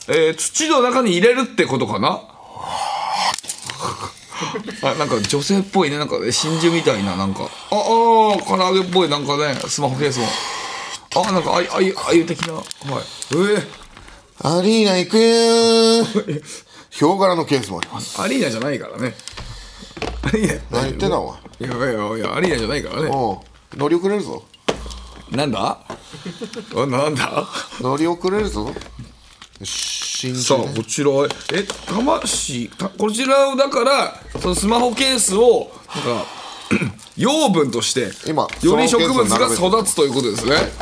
Speaker 2: えー土の中に入れるってこと
Speaker 1: *laughs*
Speaker 2: かなあなんか女性っぽいねなんか真珠みたいななんかああー唐揚げっぽいなんかねスマホケースもあなんかあいあいあいう的なはいえ
Speaker 1: アリーナ行くよーヒョウ柄のケースもあります
Speaker 2: *laughs* ー、アリーナじゃないからねアリーナ
Speaker 1: 何言ってんだお前
Speaker 2: いやいやいやアリーナじゃないからね
Speaker 1: おう乗り遅れるぞ
Speaker 2: な
Speaker 1: *laughs*
Speaker 2: んだあなんだ
Speaker 1: 乗り遅れるぞ新
Speaker 2: さあ
Speaker 1: 宿ね
Speaker 2: こちらえ魂たこちらをだからそのスマホケースをなんか *clears throat* 養分として
Speaker 1: 今
Speaker 2: より植物
Speaker 1: スマホ
Speaker 2: が
Speaker 1: ケースを並べて
Speaker 2: 育つということですね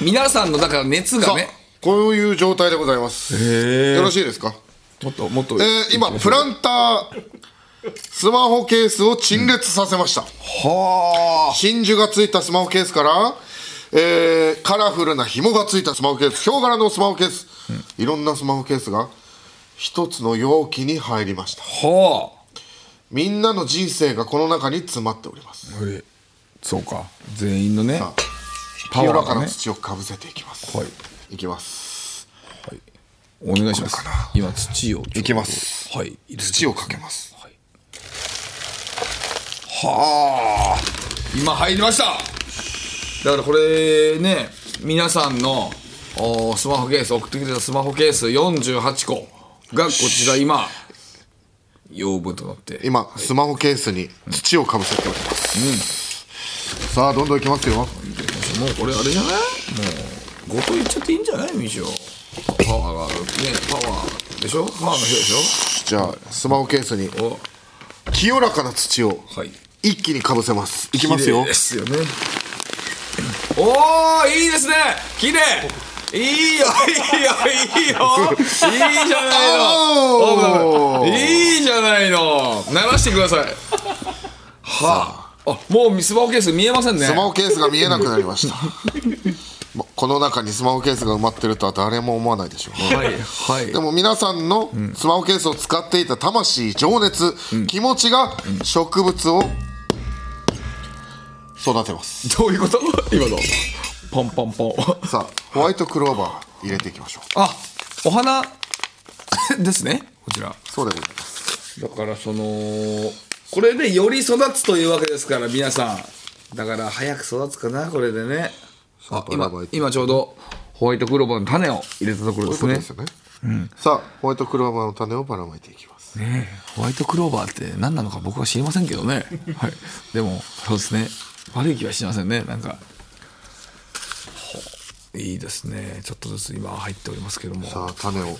Speaker 2: 皆さんのだから熱がね
Speaker 1: さあこういう状態でございますよろしいですか、
Speaker 2: もっともっと
Speaker 1: えー今プランタースマホケースを陳列させました、
Speaker 2: はあ
Speaker 1: 真珠がついたスマホケースから、えーカラフルな紐がついたスマホケースヒョウ柄のスマホケース、いろんなスマホケースが一つの容器に入りました
Speaker 2: はあ
Speaker 1: みんなの人生がこの中に詰まっております
Speaker 2: これそうか全員のね
Speaker 1: さあ
Speaker 2: パ
Speaker 1: 清
Speaker 2: ワ
Speaker 1: ら
Speaker 2: ー
Speaker 1: か
Speaker 2: が
Speaker 1: な
Speaker 2: ね
Speaker 1: 土をかぶせていきます、
Speaker 2: はい
Speaker 1: いきます
Speaker 2: お願いします今土を
Speaker 1: いきます
Speaker 2: はい入れて
Speaker 1: 土をかけます
Speaker 2: はあ今入りましただからこれね皆さんのおースマホケース送ってくれたスマホケース48個がこちら今養分となって
Speaker 1: 今、スマホケースに土をかぶせております、さあどんどんいきますよ
Speaker 2: もうこれあれじゃないもうごといっちゃっていいんじゃないみちおパワーがあるねパワーでしょパワーの人でし
Speaker 1: じゃあスマホケースに
Speaker 2: ょお
Speaker 1: 清らかな土を
Speaker 2: はい
Speaker 1: 一気にかぶせますいきますよ
Speaker 2: 綺麗ですよねおおいいですね綺麗いいよいいよいいよいいじゃないの
Speaker 1: おー
Speaker 2: おいいじゃないの鳴らしてくださいはああもうスマホケース見えませんね
Speaker 1: スマホケースが見えなくなりましたまこの中にスマホケースが埋まってるとは誰も思わないでしょうね
Speaker 2: はいはい
Speaker 1: でも皆さんのスマホケースを使っていた魂情熱、気持ちが植物を育てます、
Speaker 2: どういうこと今のポンポンポン
Speaker 1: さあホワイトクローバー入れていきましょう
Speaker 2: あお花ですねこちら
Speaker 1: そうでございます
Speaker 2: だからそのこれでより育つというわけですから皆さんだから早く育つかなこれでねあ今今ちょうどホワイトクローバーの種を入れたところ
Speaker 1: こう
Speaker 2: で
Speaker 1: いうこ
Speaker 2: す
Speaker 1: と
Speaker 2: ね
Speaker 1: ですよね、さあホワイトクローバーの種をばらまいていきます
Speaker 2: ねえホワイトクローバーって何なのか僕は知りませんけどね、 *laughs* はい、でもそうですね悪い気はしませんねなんかほいいですねちょっとずつ今入っておりますけども
Speaker 1: さあ種を、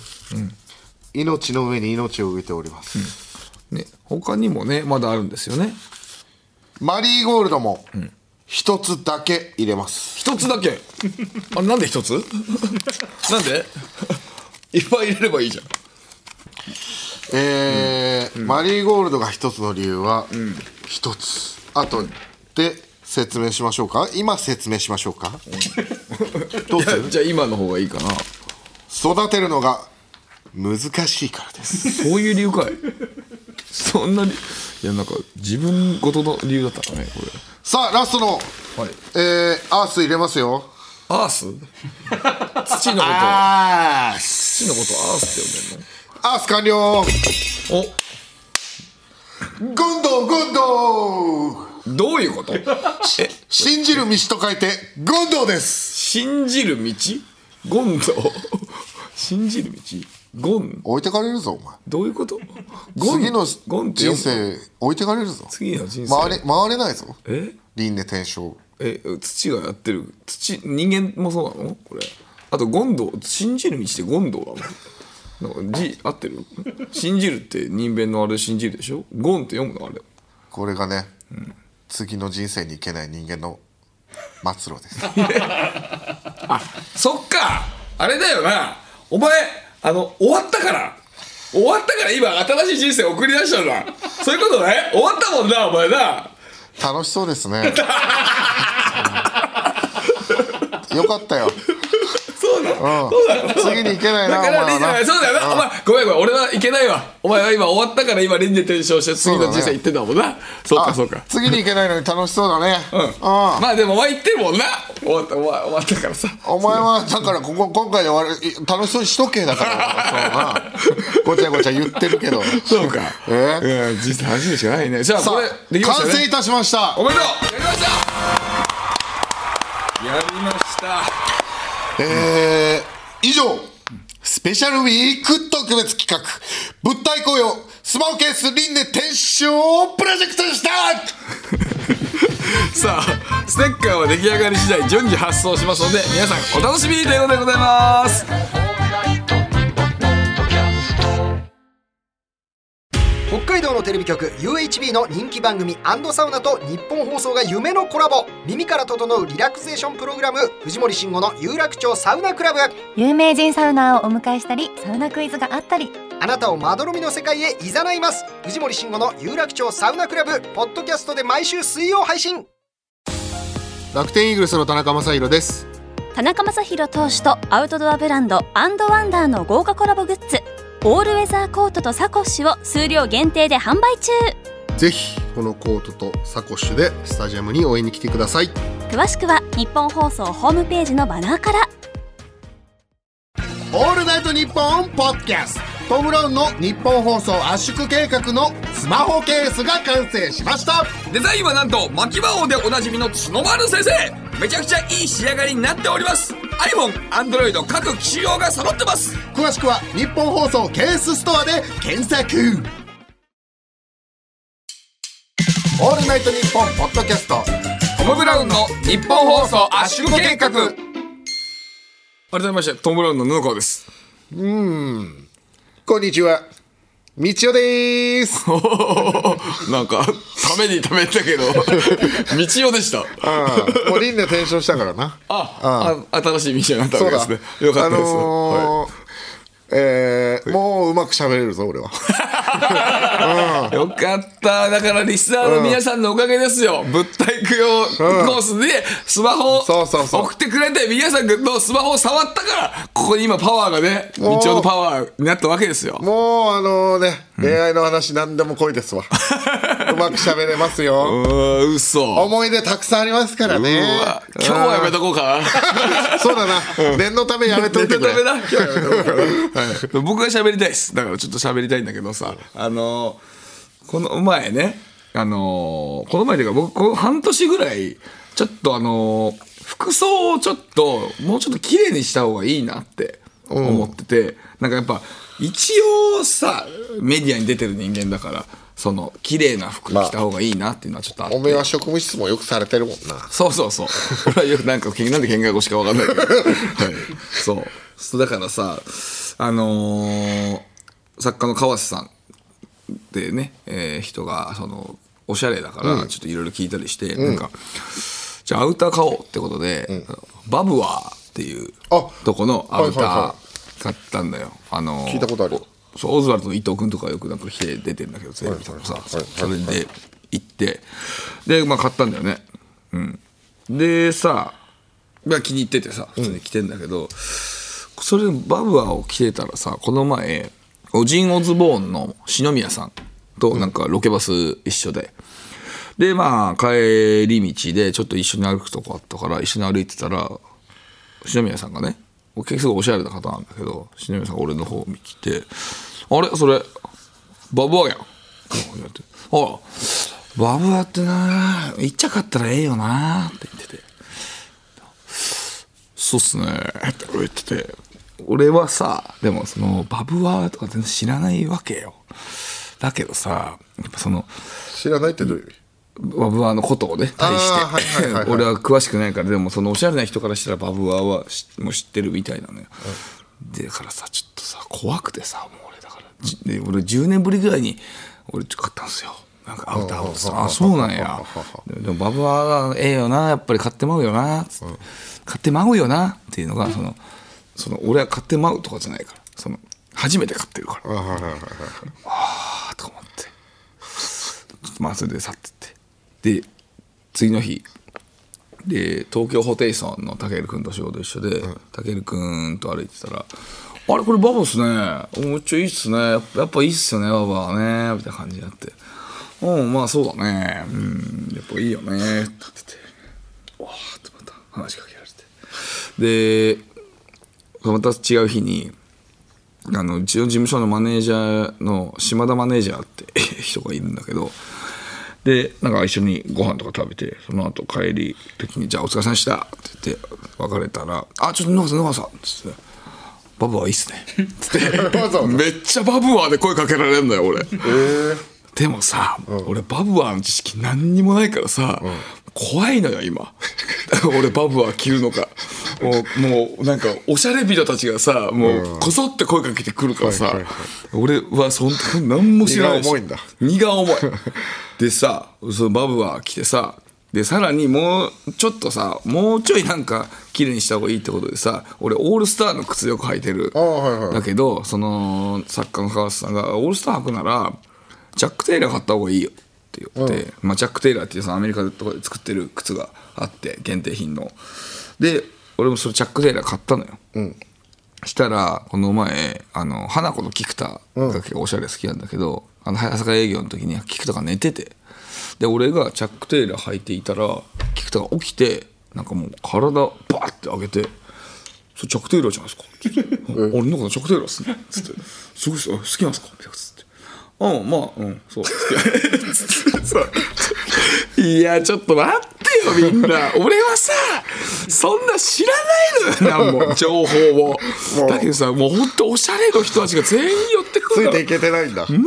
Speaker 1: 命の上に命を植えております、
Speaker 2: ね他にもねまだあるんですよね
Speaker 1: マリーゴールドも一つだけ入れます、
Speaker 2: 一つだ
Speaker 5: *laughs*
Speaker 2: けあれなんで一つなんでいっぱい入れればいいじゃん
Speaker 1: えーマリーゴールドが一つの理由は一つ、あとで説明しましょうか今説明しましょうか、どうす
Speaker 2: *laughs*
Speaker 1: る
Speaker 2: じゃあ今の方がいいかな
Speaker 1: 育てるのが難しいからです
Speaker 2: そういう理由かいそんなにいやなんか自分ごとの理由だったかねこ
Speaker 1: さあラストの、
Speaker 2: れはい
Speaker 1: えーアース入れますよ
Speaker 2: ア
Speaker 5: *laughs*
Speaker 2: ース土のことアース土のことアースって
Speaker 1: アース完了
Speaker 2: 呼
Speaker 1: ゴン
Speaker 2: んでんの
Speaker 1: ドウゴンドウ
Speaker 2: おどういうことえ
Speaker 1: 信じる道と書いてゴンドウです
Speaker 2: 信じる道ゴンの信じる道ゴン
Speaker 5: 置いてかれるぞお前
Speaker 2: どういうことゴン
Speaker 5: 次の
Speaker 2: ゴンって読
Speaker 5: 人
Speaker 2: む
Speaker 5: 生置いてかれるぞ
Speaker 2: 次の人生
Speaker 5: 回れ回れないぞ
Speaker 2: え
Speaker 5: 輪廻転生
Speaker 2: え土がやってる土人間もそうなのこれあとゴンドウ信じる道ってゴンドウなのなんか字合ってる信じるって人弁のあれ信じるでしょゴンって読むのあれ
Speaker 5: これがね、次の人生に行けない人間の末路です
Speaker 2: *laughs* そっかあれだよなお前あの終わったから終わったから今新しい人生送り出したんだそういうことね終わったもんなお前な
Speaker 5: 楽しそうです
Speaker 2: *laughs*
Speaker 5: ねよかったよ
Speaker 2: そうだ
Speaker 5: 次に行けないな
Speaker 2: だ
Speaker 5: お
Speaker 2: か
Speaker 5: 前
Speaker 2: ら
Speaker 5: は
Speaker 2: レンジ
Speaker 5: な
Speaker 2: そうだよなお前ごめんごめん俺はいけないわお前は今終わったから今レンジ転生して次の人生行ってんだもんなそう,、か
Speaker 5: あ
Speaker 2: そうか
Speaker 5: 次に行けないのに楽しそうだね、
Speaker 2: うん
Speaker 5: あ
Speaker 2: まあでもお前言ってるもんな終わった終わ終わったからさ
Speaker 5: お前はだからここ今回で終わる楽しそうにしとけだからそうなごちゃごちゃ言ってるけど
Speaker 2: そうか
Speaker 5: え
Speaker 2: うん人生走るしかないねじゃあ
Speaker 5: さ
Speaker 2: これ
Speaker 5: あ、
Speaker 2: できました
Speaker 5: 完成い
Speaker 2: ね
Speaker 5: たしました
Speaker 2: おめでとうやりましたやりました
Speaker 5: えー以上スペシャルウィーク特別企画物体雇用スマホケース輪廻転生プロジェクトでした
Speaker 2: さあステッカーは出来上がり次第順次発送しますので皆さんお楽しみということでございます
Speaker 7: 北海道のテレビ局 UHB の人気番組「アンドサウナ」と日本放送が夢のコラボ耳から整うリラクゼーションプログラム藤森慎吾の有楽町サウナクラブ
Speaker 8: 有名人サウナーをお迎えしたりサウナクイズがあったり
Speaker 7: あなたをまどろみの世界へいざないます藤森慎吾の有楽町サウナクラブポッドキャストで毎週水曜配信
Speaker 1: 楽天イーグルスの田中将大です
Speaker 6: 田中将大投手とアウトドアブランドアンドワンダーの豪華コラボグッズオールウェザーコートとサコッシュを数量限定で販売中
Speaker 1: ぜひこのコートとサコッシュでスタジアムに応援に来てください
Speaker 6: 詳しくは日本放送ホームページのバナーから
Speaker 1: オールナイトニッポンポッドキャストトム・ブラウンの日本放送圧縮計画のスマホケースが完成しました
Speaker 2: デザインはなんと巻き魔王でおなじみの角丸先生めちゃくちゃいい仕上がりになっております iPhone、Android 各機種用が揃ってます
Speaker 1: 詳しくは日本放送ケースストアで検索
Speaker 5: 「オールナイトニッポン」ポッドキャスト
Speaker 2: トム・ブラウンの日本放送圧縮計画改めましてトム・ブラウンの布川です
Speaker 1: こんにちはみちおでーす
Speaker 2: なんかためにためたけ *laughs* ど道代でした
Speaker 1: ああもう輪廻転生したから
Speaker 2: *laughs*
Speaker 1: な
Speaker 2: ああ新しい道になったわけですねよかったです、
Speaker 1: あのーえーもううまく喋れるぞ俺は
Speaker 2: *laughs* よかった。だからリスナーの皆さんのおかげですよ。物体供養コースでスマホ
Speaker 1: そうそうそう
Speaker 2: を送ってくれて、皆さんのスマホを触ったから、ここに今パワーがね、道夫のパワーになったわけですよ。
Speaker 1: もうあのね恋愛の話何でも恋です
Speaker 2: *laughs*
Speaker 1: わうまく喋れます
Speaker 2: う
Speaker 1: よ
Speaker 2: ーん、嘘。
Speaker 1: 思い出たくさんありますからね
Speaker 2: うわ今日はやめとこう
Speaker 1: *laughs*
Speaker 2: かな。
Speaker 1: そうだな念のためやめといてくれ
Speaker 2: ダメだ今日はやめとこうかな。はい僕が喋りたいです。だからちょっと喋りたいんだけどさ、あのーこの前ね、あのーこの前というか僕、この半年ぐらい、ちょっとあのー服装をちょっと、もうちょっと綺麗にした方がいいなって思ってて、なんかやっぱ、一応さ、メディアに出てる人間だから、その、綺麗な服着た方がいいなっていうのはちょっとあって。
Speaker 1: おめえは職務質問よくされてるもんな
Speaker 2: そうそうそう。俺はよくなんかけん、なんで喧嘩腰かわかんないけど。はい。そうそう。だからさ、あのー作家の川瀬さんってね、えー人が、その、おしゃれだから、ちょっといろいろ聞いたりして、なんか、じゃあアウター買おうってことで、バブワーっていう
Speaker 1: あ
Speaker 2: とこのアウタ
Speaker 1: はいはい
Speaker 2: ー
Speaker 1: は
Speaker 2: 買ったんだよ。あのー
Speaker 1: 聞いたことある
Speaker 2: そうオズワルドの伊藤君とかよくなんか来て出てんだけどテレビとかさそれで行ってでまあ買ったんだよねうんでさまあ気に入っててさ普通に着てんだけど、それでバブアーを着てたらさこの前オジン・オズボーンの篠宮さんとなんかロケバス一緒で、でまあ帰り道でちょっと一緒に歩くとこあったから一緒に歩いてたら篠宮さんがねお結構おしゃれな方なんだけど篠宮さんが俺の方を見て「あれそれバブアーやん」言われて「あらバブアーってな行っちゃかったらええよな」って言ってて「そうっすね」って言ってて俺はさでもそのバブワーとか全然知らないわけよだけどさやっぱその
Speaker 1: 知らないってどういう意味
Speaker 2: バブワーのことをね対して、
Speaker 1: あーはいはいはいはい
Speaker 2: *laughs* 俺は詳しくないからでもそのおしゃれな人からしたらバブワーはしもう知ってるみたいなのよ、でだからさちょっとさ怖くてさもう俺だから、じで俺10年ぶりぐらいに俺ちょっと買ったんですよなんかアウターをさあそうなんやでもバブワーがええよなやっぱり買ってまうよなつって買ってまうよなっていうのがそのその俺は買ってまうとかじゃないからその初めて買ってるから
Speaker 1: はいはいはいはい
Speaker 2: あーとか思ってちょっとまあそれで去ってってで次の日で東京ホテイソンのたけるくんと仕事一緒でたけるくんと歩いてたら「あれこれババっすねめっちゃいいっすねやっぱやっぱいいっすよねババはね」みたいな感じになって「うんまあそうだねうんやっぱいいよね」って言っててわーってまた話しかけられてでまた違う日にあのうちの事務所のマネージャーの島田マネージャーって *laughs* 人がいるんだけどでなんか一緒にご飯とか食べてその後帰り時に「じゃあお疲れさんでした」って言って別れたら「あちょっと野川さん野川さん」っつって「バブはいいっす
Speaker 1: *laughs*
Speaker 2: ね」つってめっちゃバブはで声かけられるんだよ俺。でもさ、俺バブワーの知識何にもないからさ、怖いのよ今 *laughs* 俺バブワー着るのかもうもうなんかおしゃれ人たちがさもうこそって声かけてくるからさ、俺はそんな何も知らない
Speaker 1: 荷が
Speaker 2: し
Speaker 1: 重いんだ
Speaker 2: 荷が重いでさそのバブワー着てさでさらにもうちょっとさもうちょいなんか綺麗にした方がいいってことでさ俺オールスターの靴よく履いてる
Speaker 1: ああはいはい
Speaker 2: だけどその作家の川瀬さんが「オールスター履くならジャック・テイラー買った方がいいよ」って言って、まあ、ジャック・テイラーっていうそのアメリカとかで作ってる靴があって限定品ので俺もそれジャック・テイラー買ったのよ、したらこの前あの花子と菊田が結構おしゃれ好きなんだけど、あの早坂営業の時に菊田が寝ててで俺がチャック・テイラー履いていたら菊田が起きてなんかもう体バーって上げて「それチャック・テイラーじゃないですか」俺のことチャック・テイラーっすね」つって「すごいっすあ好きなんですか?」みたいなつって。うんまあうんそうです *laughs* けどそういやちょっと待ってよみんな俺はさそんな知らないのよなんも情報をだけどさもうほんとおしゃれの人たちが全員寄ってく
Speaker 1: つ
Speaker 2: る
Speaker 1: い
Speaker 2: の
Speaker 1: ていけてないんだ
Speaker 2: 無理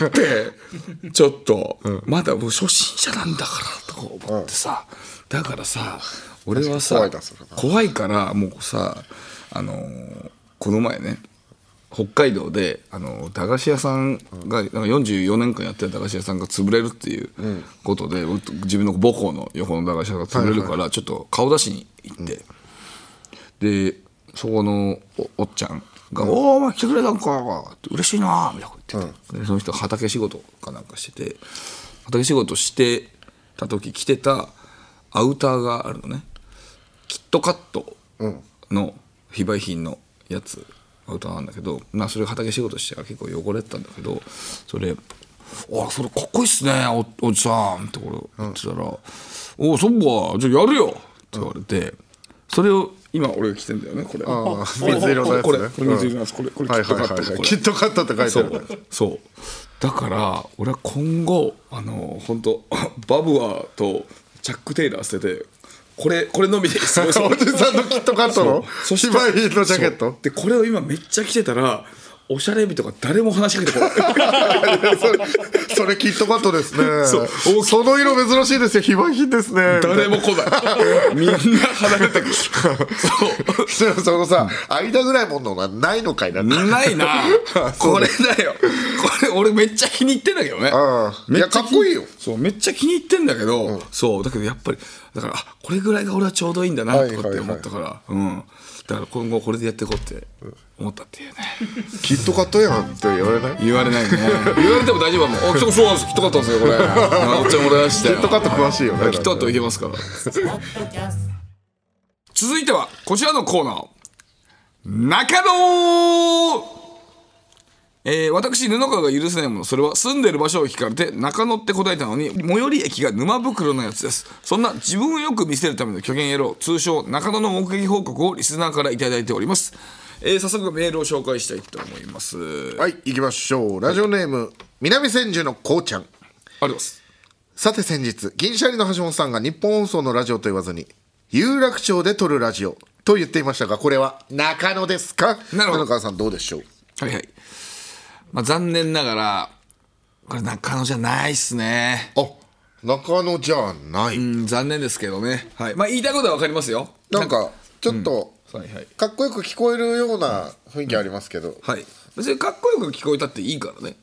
Speaker 2: だって *laughs* ちょっと、まだもう初心者なんだからとか思ってさ、だからさ俺はさ
Speaker 1: 怖い
Speaker 2: 怖い
Speaker 1: なそれな
Speaker 2: からもうさあのーこの前ね北海道で、あのー駄菓子屋さんがなんか44年間やってた駄菓子屋さんが潰れるっていうことで、僕自分の母校の横の駄菓子屋さんが潰れるから、ちょっと顔出しに行って。でそこのおおっちゃんが「おおお前来てくれたんか」って嬉しいなーみたいなこと言ってて、でその人が畑仕事かなんかしてて畑仕事してた時着てたアウターがあるのねキットカットの非売品のやつアウターなんだけど、まあ、それ畑仕事してから結構汚れてたんだけどそれ「あそれかっこいいっすねおおじさん」って俺言ってたら「おおそっかじゃあやるよ」って言われて、それを今俺が着てんだよねこれ
Speaker 1: あー水色のやつね
Speaker 2: これこれ水色のやつ、これこれキ
Speaker 1: はい
Speaker 2: ッ
Speaker 1: は
Speaker 2: ト
Speaker 1: い
Speaker 2: カ
Speaker 1: はいは
Speaker 2: ット、
Speaker 1: い
Speaker 2: これ
Speaker 1: キットカットって書いて
Speaker 2: そ
Speaker 1: ある
Speaker 2: うそうだから俺は今後あの本当バブワーとチャック・テイラー捨ててこれこれのみで過
Speaker 1: *laughs*
Speaker 2: ごそう
Speaker 1: おじさんのキットカットの
Speaker 2: そして
Speaker 1: 非売品のジャケッ
Speaker 2: そう
Speaker 1: ト
Speaker 2: でこれを今めっちゃ着てたらおしゃれ日とか誰も話しかけてこない
Speaker 1: *laughs* それキットカットですね
Speaker 2: そう
Speaker 1: その色珍しいですよ非売品ですね
Speaker 2: 誰も来ない *laughs* みんな離れて
Speaker 1: *laughs*
Speaker 2: くるそう
Speaker 1: そのさ、間ぐらいもんのがないのかいな
Speaker 2: ないなこれだよこれ俺めっちゃ気に入ってんだけどね
Speaker 1: うん
Speaker 2: めっちゃ
Speaker 1: いやかっこいいよ
Speaker 2: そうめっちゃ気に入ってんだけど、そうだけどやっぱりだからあこれぐらいが俺はちょうどいいんだなとかって思ったから、うんだから今後これでやっていこうって思ったっていうね
Speaker 1: キットカットやんって言われない
Speaker 2: 言われないね言われても大丈夫だもんあそうそうなんですきっとかったんですよこれあおっちゃんもらいました
Speaker 1: キ
Speaker 2: よ
Speaker 1: ットカット詳しいよね
Speaker 2: きっとあといけますから続いてはこちらのコーナー中野えー私布川が許せないものそれは住んでる場所を聞かれて中野って答えたのに最寄り駅が沼袋のやつですそんな自分をよく見せるための虚言野郎通称中野の目撃報告をリスナーから頂いただいております、えー早速メールを紹介したいと思いますありがとう
Speaker 1: はい行きましょうラジオネーム南千住のこうちゃん
Speaker 2: ございます
Speaker 1: さて先日銀シャリの橋本さんが日本放送のラジオと言わずに有楽町で撮るラジオと言っていましたがこれは中野ですか
Speaker 2: なるほど
Speaker 1: 布川さんどうでしょう
Speaker 2: はいはい。まあ、残念ながら、これ中野じゃないっすね。
Speaker 1: あ中野じゃない、
Speaker 2: うん、残念ですけどね。はい。まあ、言いたいことはわかりますよ。
Speaker 1: なんかちょっと、
Speaker 2: はいはい。
Speaker 1: かっこよく聞こえるような雰囲気ありますけど、
Speaker 2: はい。別にかっこよく聞こえたっていいからね。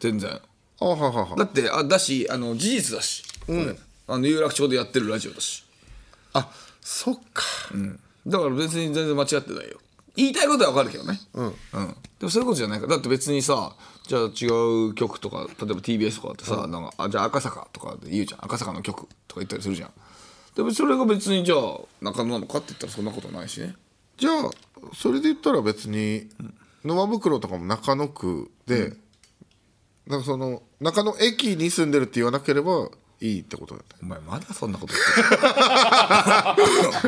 Speaker 2: 全然。
Speaker 1: あははは
Speaker 2: だって、あ、だし、あの、事実だし。うん。あの、有楽町でやってるラジオだし。
Speaker 1: あそっか、
Speaker 2: だから別に全然間違ってないよ言いたいことはわかるけどねうん、でもそういうことじゃないからだって別にさじゃあ違う曲とか例えば TBS とかだってさ、なんかあじゃあ赤坂とかで言うじゃん赤坂の曲とか言ったりするじゃんでもそれが別にじゃあ中野なのかって言ったらそんなことないしね
Speaker 1: じゃあそれで言ったら別に沼袋とかも中野区で、なんかその中野駅に住んでるって言わなければいいってことだった
Speaker 2: お前まだそんなこと *laughs* 言ってる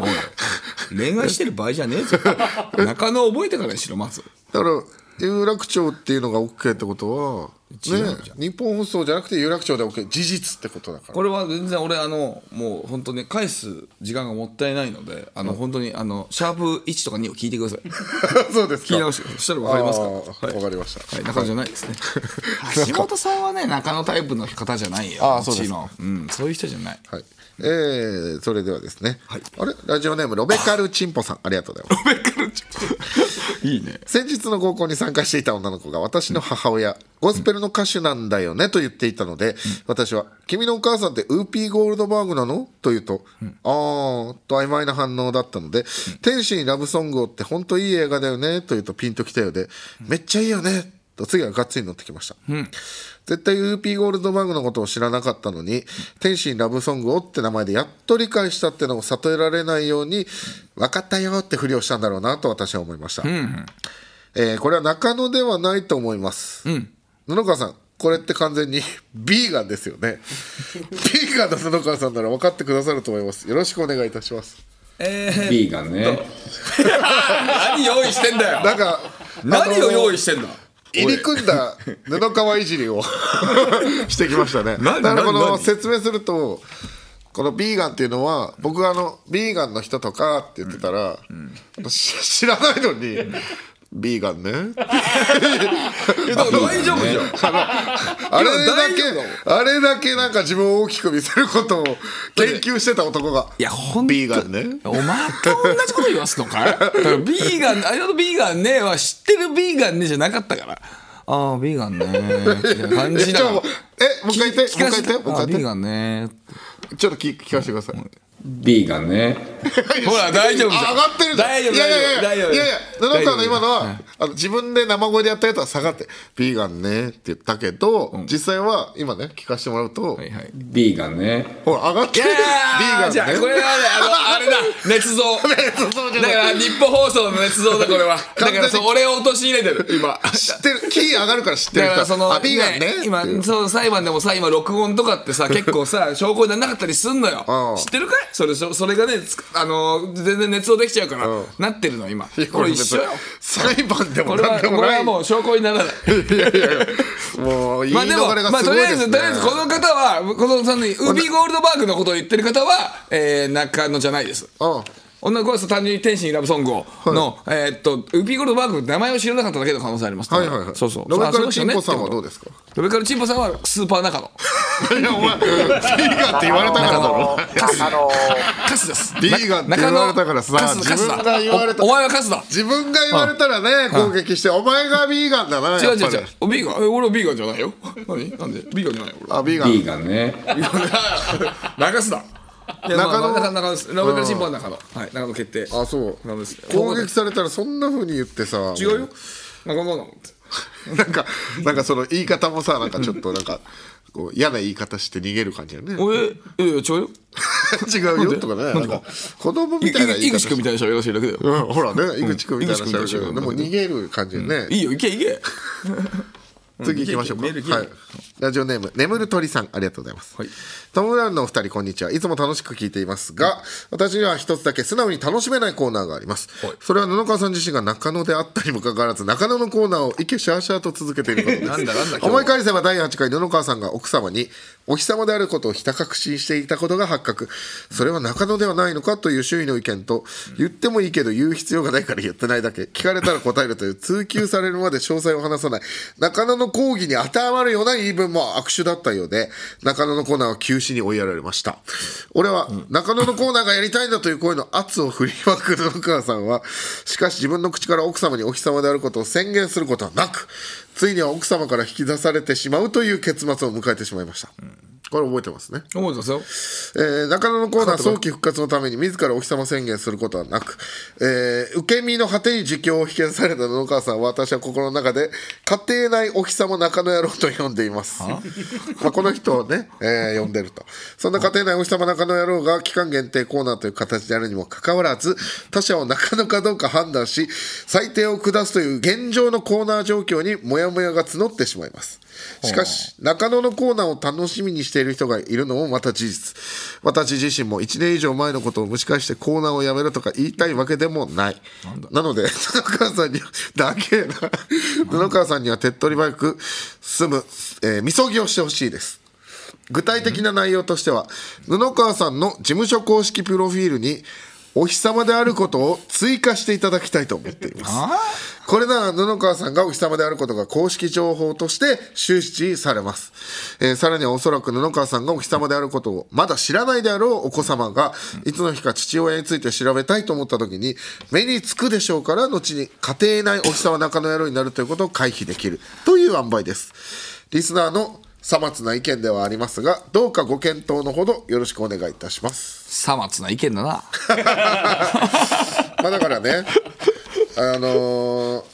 Speaker 2: おい恋愛してる場合じゃねえぞ *laughs* 中野覚えてからにしろまず
Speaker 1: だから有楽町っていうのが OK ってことはね
Speaker 2: 違うじゃん
Speaker 1: 日本放送じゃなくて有楽町で OK 事実ってことだから
Speaker 2: これは全然俺あのもう本当ね返す時間がもったいないのであの本当にあのシャープ1とか2を聞いてください
Speaker 1: *laughs* そうですか
Speaker 2: 聞き直してそしたら分かりますから
Speaker 1: あーわかりました
Speaker 2: はい、中野じゃないですね橋本さんはね中野タイプの方じゃないよ
Speaker 1: あーそうです
Speaker 2: もちろんうん、そういう人じゃない
Speaker 1: はい、えー、それではですね、あれラジオネームロベカルチンポさんありがとうございます
Speaker 2: いいね
Speaker 1: 先日の合コンに参加していた女の子が私の母親、ゴスペルの歌手なんだよねと言っていたので、私は「君のお母さんってウーピー・ゴールドバーグなの?」と言うと「あー」と曖昧な反応だったので「天使にラブソングを」って本当いい映画だよねと言うとピンときたようで「めっちゃいいよね」と次はガッツリ乗ってきました、絶対ウーピー・ゴールドバーグのことを知らなかったのに「天使にラブソングを」って名前でやっと理解したってのを悟られないように「分かったよ」ってふりをしたんだろうなと私は思いました、えーこれは中野ではないと思います、布川さんこれって完全に *laughs* ビーガンですよ
Speaker 2: *laughs*
Speaker 1: ねビーガンの布川さんなら分かってくださると思いますよろしくお願いいたします
Speaker 9: ビーガンね
Speaker 2: *laughs* 何用意してんだよ
Speaker 1: なんか
Speaker 2: 何を用
Speaker 1: 意
Speaker 2: 意してんだ
Speaker 1: 入り組んだ布川いじりを *laughs* してきましたね
Speaker 2: 何
Speaker 1: だからこの
Speaker 2: 何
Speaker 1: 説明するとこのビーガンっていうのは僕があのビーガンの人とかって言ってたら、し知らないのにビーガンね
Speaker 2: えだから大丈夫じゃん
Speaker 1: あれだ
Speaker 2: いや大丈夫
Speaker 1: け、あれだけなんか自分を大きく見せることを研究してた男が。
Speaker 2: いやほんと
Speaker 1: ビーガンね。
Speaker 2: お前と同じこと言わすのかいだからビーガンあれのビーガンねは知ってるビーガンねじゃなかったからああビーガンねって感じだ
Speaker 1: ち
Speaker 2: か
Speaker 1: ょ
Speaker 2: ら
Speaker 1: もうえ、もう一回言って、
Speaker 2: 聞
Speaker 1: もう
Speaker 2: か
Speaker 1: 一回
Speaker 2: せ
Speaker 1: 言って、もう
Speaker 2: あ
Speaker 1: 一回
Speaker 2: ビー
Speaker 1: 言
Speaker 2: ガンね
Speaker 1: って。ちょっと聞聞かせてください。
Speaker 9: ビーガンね
Speaker 2: ほら大丈夫じゃん
Speaker 1: あ上がってるじゃん
Speaker 2: 大丈夫
Speaker 1: いやいやいや
Speaker 2: 大
Speaker 1: い
Speaker 2: 丈
Speaker 1: や
Speaker 2: 夫
Speaker 1: いやいや野々
Speaker 2: 大丈
Speaker 1: 川
Speaker 2: 夫
Speaker 1: の今のは、
Speaker 2: はい
Speaker 1: あの自分で生声でやったやつは下がって「ビーガンね」って言ったけど、実際は今ね聞かせてもらうと、
Speaker 2: はいはい
Speaker 9: ビーガンね
Speaker 1: ほら上がってるビーガン
Speaker 2: じゃあ
Speaker 1: ね
Speaker 2: これはねあのあれだ捏
Speaker 1: *laughs*
Speaker 2: 造だから日本放送の捏造だこれはだからそう俺を陥れてる今
Speaker 1: 知ってるキー上がるから知って
Speaker 2: だ
Speaker 1: る
Speaker 2: から
Speaker 1: 人
Speaker 2: その
Speaker 1: あビーガンね
Speaker 2: ね
Speaker 1: っていう
Speaker 2: 今そう裁判でもさ今録音とかっ
Speaker 1: *laughs*
Speaker 2: てさ結構さ証拠にならなかったりすんの
Speaker 1: う
Speaker 2: よ
Speaker 1: ん
Speaker 2: 知ってるかいそれそそれがねつくあの全然熱造できちゃうから
Speaker 1: うん
Speaker 2: なってるの今
Speaker 1: いや
Speaker 2: これ一緒よ
Speaker 1: 別に裁判でも
Speaker 2: これは
Speaker 1: 何で
Speaker 2: こ
Speaker 1: も
Speaker 2: れ
Speaker 1: ない
Speaker 2: はもう証拠にならない
Speaker 1: もう言い
Speaker 2: まあでも、
Speaker 1: 逃れが
Speaker 2: まあ
Speaker 1: す
Speaker 2: と
Speaker 1: ご
Speaker 2: り
Speaker 1: い
Speaker 2: あえ
Speaker 1: です
Speaker 2: ず、
Speaker 1: ね。
Speaker 2: とりあえず、この方は、このさんの、ウービーゴールドバーグのことを言ってる方は、えー、中野じゃないです。
Speaker 1: あ
Speaker 2: 女の子は単純に天使にラブソングをの、えーっと、ウーピーゴールドバーグって名前を知らなかっただけの可能性あります、
Speaker 1: はいはいはい。
Speaker 2: そうそう。
Speaker 1: ロベ
Speaker 2: あそ
Speaker 1: カ
Speaker 2: の
Speaker 1: ル
Speaker 2: 人
Speaker 1: チ
Speaker 2: ね
Speaker 1: ンポさんはどうですか。 *laughs*
Speaker 2: ロベカルチンポさんはスーパー中野。
Speaker 1: いやお前ビーガンって言われたからだろ。
Speaker 7: あの
Speaker 2: カスです。
Speaker 1: *laughs* ビーガンって言われたからさ
Speaker 2: 中野カス、カス
Speaker 1: 自分が言われ
Speaker 2: だ。
Speaker 1: た
Speaker 2: おお前はカスだ。
Speaker 1: 自分が言われたらね攻撃してお前がビーガンだな。
Speaker 2: 違
Speaker 1: や
Speaker 2: う
Speaker 1: っ
Speaker 2: 違
Speaker 1: ぱ
Speaker 2: う
Speaker 1: り
Speaker 2: 違う。おビーガン、え俺はビーガンじゃないよ。何なんでビーガンじゃないよ。俺
Speaker 1: あビーガ
Speaker 9: ビー
Speaker 1: ン。
Speaker 9: ガンね
Speaker 2: 中須だ。中
Speaker 1: 中野
Speaker 2: 野、中野、中野、ロベカルチンポは中野。はい、中野決定。
Speaker 1: あそう
Speaker 2: 中野です。
Speaker 1: 攻撃されたらそんな風に言ってさ。
Speaker 2: 違うよ。なんかどうなのって
Speaker 1: なんかなんかその言い方もさなんかちょっとなんか。こう嫌な言い方して逃げる感じだよね。
Speaker 2: おえ、いやいや、違うよ。
Speaker 1: *laughs* 違うよとかね。なんか子供みたいな言
Speaker 2: 井
Speaker 1: い方
Speaker 2: 口
Speaker 1: し
Speaker 2: 君みたいな喋らせるだけだよ。
Speaker 1: うん、ほらね、井口君みたいな
Speaker 2: 井口君みたいな
Speaker 1: 人だけどでも逃げる感じでね。
Speaker 2: いいよ、行け行け。
Speaker 1: 次行きましょうか、
Speaker 2: メール行け
Speaker 1: はい、ラジオネーム眠る鳥さんありがとうございます、
Speaker 2: はい
Speaker 1: トムブラウンのお二人こんにちはいつも楽しく聞いていますが私には一つだけ素直に楽しめないコーナーがあります、
Speaker 2: はい
Speaker 1: それは布川さん自身が中野であったにもかかわらず中野のコーナーをイケシャーシャーと続けていることです
Speaker 2: なんだなんだ今日は
Speaker 1: 思い返せば第8回布川さんが奥様にお日様であることをひた隠ししていたことが発覚それは中野ではないのかという周囲の意見と言ってもいいけど言う必要がないから言ってないだけ聞かれたら答えるという通級されるまで詳細を話さない中野の講義に当てはまるような言い分も悪手だったようで中野のコーナーは休止に追いやられました俺は中野のコーナーがやりたいんだという声の圧を振りまく布川さんはしかし自分の口から奥様にお日様であることを宣言することはなくついには奥様から引き出されてしまうという結末を迎えてしまいました、これ覚えてますね、
Speaker 2: 思いますよ
Speaker 1: えー中野のコーナー早期復活のために自らお日様宣言することはなく、えー受け身の果てに自供を否見された野川さんは私は心の中で家庭内お日様中野野郎と呼んでいます、まあ、この人をね、えー呼んでるとそんな家庭内お日様中野野郎が期間限定コーナーという形であるにもかかわらず他者を中野かどうか判断し裁定を下すという現状のコーナー状況にモヤモヤが募ってしまいますしかし中野のコーナーを楽しみにしている人がいるのもまた事実私自身も1年以上前のことを蒸し返してコーナーをやめろとか言いたいわけでもないなので布川さんには *laughs* だけな布川さんには手っ取り早く住む、えー、みそぎをしてほしいです具体的な内容としては布川さんの事務所公式プロフィールにお日様であることを追加していただきたいと思っていますこれなら布川さんがお日様であることが公式情報として周知されます、えーさらにはおそらく布川さんがお日様であることをまだ知らないであろうお子様がいつの日か父親について調べたいと思った時に目につくでしょうから後に家庭内お日様中の野郎になるということを回避できるという塩梅ですリスナーのさまつな意見ではありますがどうかご検討のほどよろしくお願いいたします
Speaker 2: さまつな意見だな
Speaker 1: *laughs* まあだからねあのー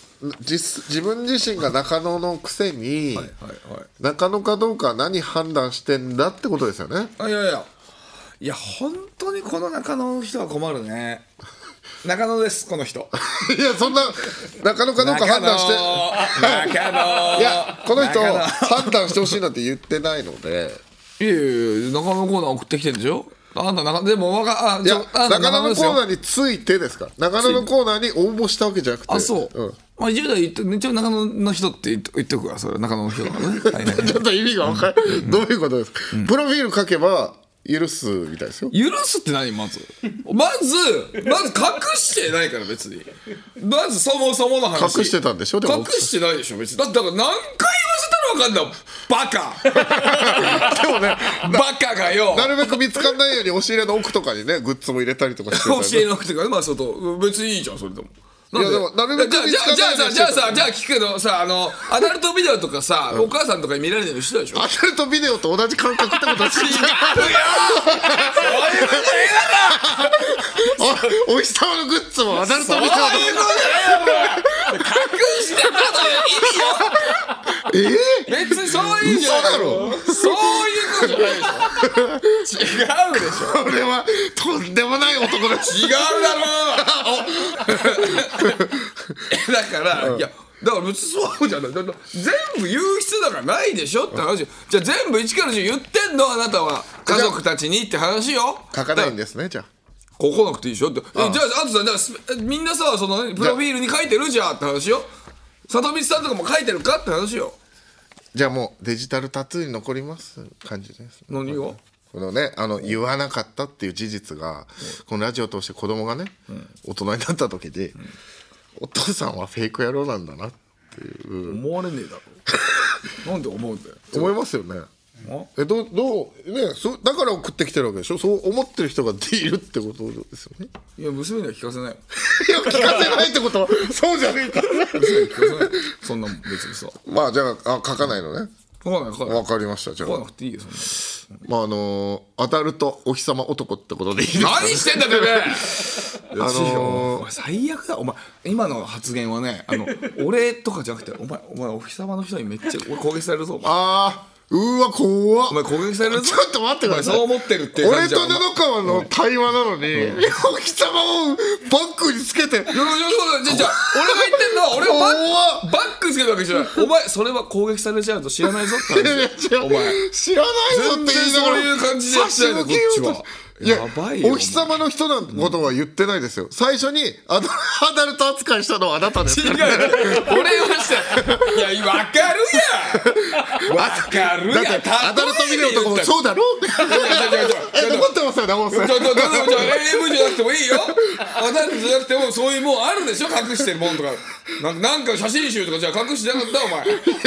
Speaker 1: 実自分自身が中野のくせに、
Speaker 2: はいはい
Speaker 1: 中野かどうかは何判断してんだってことですよね *laughs*
Speaker 2: あいやいやいや本当にこの中野の人は困るね中野ですこの人
Speaker 1: いやそんな中野かどうか判断して
Speaker 2: 中野中野
Speaker 1: いやこの人
Speaker 2: 中野
Speaker 1: 判断してほしいなんて言ってないの
Speaker 2: *laughs*
Speaker 1: で
Speaker 2: いやいやいや中野のコーナー送ってきてるでしょあんた中でもわかあ
Speaker 1: い
Speaker 2: じ
Speaker 1: や
Speaker 2: ゃあんた
Speaker 1: 中野の
Speaker 2: です
Speaker 1: コ
Speaker 2: よ
Speaker 1: ーナーについてですから中野のコーナーに応募したわけじゃなくて
Speaker 2: あそう、
Speaker 1: ん
Speaker 2: まあ10代言っと一応中野の人って言っと言っとくわそれ中野の人
Speaker 1: *laughs*
Speaker 2: だからね、はいはい
Speaker 1: ちょっと意味が分かる、どういうことですか、プロフィール書けば許すみたいですよ
Speaker 2: 許すって何まずまずまず隠してないから別にまずそもそもの話
Speaker 1: 隠してたんでしょでも
Speaker 2: 隠してないでしょ別にだってだから何回言わせたらわかんない
Speaker 1: *laughs*
Speaker 2: バカバカがよ
Speaker 1: なるべく見つかんないように押し入れの奥とかにねグッズも入れたりとかしてたよ
Speaker 2: 教
Speaker 1: ね
Speaker 2: えなくてかまあちょっと別にいいじゃんそれでも。
Speaker 1: いやでもなるべく
Speaker 2: じゃあ
Speaker 1: 見つかん
Speaker 2: じゃ
Speaker 1: な
Speaker 2: あ
Speaker 1: いように
Speaker 2: じゃあ
Speaker 1: してた
Speaker 2: さじゃあさじゃあ聞くけどさあのアダルトビデオとかさ、お母さんとかに見られてる人でしょ。
Speaker 1: アダルトビデオと同じ感覚ってことですかおお日様のグッズもアダルトビデ
Speaker 2: そういうことだよもう隠してたのよ意味よえ別にそういうんじゃない
Speaker 1: 嘘
Speaker 2: そういうことじゃないでしょ違うでしょ
Speaker 1: オこれはとんでもない男です
Speaker 2: 違うだろ *laughs* だから、いやだから別にそうじゃないだから全部言う必要だからないでしょって話じゃあ全部一から十言ってんのあなたは家族たちにって話よ
Speaker 1: 書かないん
Speaker 2: で
Speaker 1: ですねじゃあ
Speaker 2: ここなくていいでしょってえじゃああとさだからスペみんなさそのプロフィールに書いてるじゃんって話よ里光さんとかも書いてるかって話よ
Speaker 1: じゃあもうデジタルタトゥーに残ります感じです
Speaker 2: 何を
Speaker 1: このねあの言わなかったっていう事実が、このラジオを通して子供がね、大人になった時に、お父さんはフェイク野郎なんだな
Speaker 2: 思われねえだろなんで思うんだよ
Speaker 1: 思いますよねえどうどうねそうだから送ってきてるわけでしょそう思ってる人がいるってことですよ *laughs* ね
Speaker 2: いや娘には聞かせないよ
Speaker 1: いや聞かせないってことは *laughs* そうじゃねえか
Speaker 2: 娘には聞かせないよそんなもん別にさ
Speaker 1: まあじゃああ書かないのね
Speaker 2: 書かない書かない
Speaker 1: わかりましたじゃあ
Speaker 2: 書かなくていいよそんなの
Speaker 1: まああのーアダルトお日様男ってことでいいですか
Speaker 2: 何してんだてめえ
Speaker 1: あのー
Speaker 2: お前最悪だお前今の発言はねあの俺とかじゃなくてお前お前お日様の人にめっちゃ俺攻撃されるぞお前
Speaker 1: あーうわ怖っ
Speaker 2: お前攻撃される
Speaker 1: *laughs*
Speaker 2: ぞ
Speaker 1: ちょっと待ってください
Speaker 2: お前そう思ってるっていう感
Speaker 1: 俺
Speaker 2: じじゃん
Speaker 1: と布川の対話なのに、貴様をバックにつけて
Speaker 2: いやいやいやいやじゃあ俺が言ってるのは俺はバッバックつけるわけじゃないお前それは攻撃されちゃうと知らないぞって話
Speaker 1: いや
Speaker 2: だよお前
Speaker 1: 知らないぞって言いながら
Speaker 2: 全然そういう感じでやってないの
Speaker 1: 差し向けようと
Speaker 2: こっち
Speaker 1: し
Speaker 2: は
Speaker 1: いや
Speaker 2: やばいよ
Speaker 1: お日様の人なんてことは言ってないですよ、最初にアダアダルト扱いしたのはあなたです
Speaker 2: 違う俺はしたいやわかるやんわかる
Speaker 1: だ
Speaker 2: や
Speaker 1: っ
Speaker 2: ん
Speaker 1: てアダルトビデオとかもそうだろえ残ってますよね本
Speaker 2: ち
Speaker 1: さ
Speaker 2: ょ
Speaker 1: ん
Speaker 2: ちょちょちょ AV じゃなくてもいいよアダルトじゃなくてもそういうもんあるでしょ隠してるもんとかなんなんか写真集とかじゃあ隠してなかったお前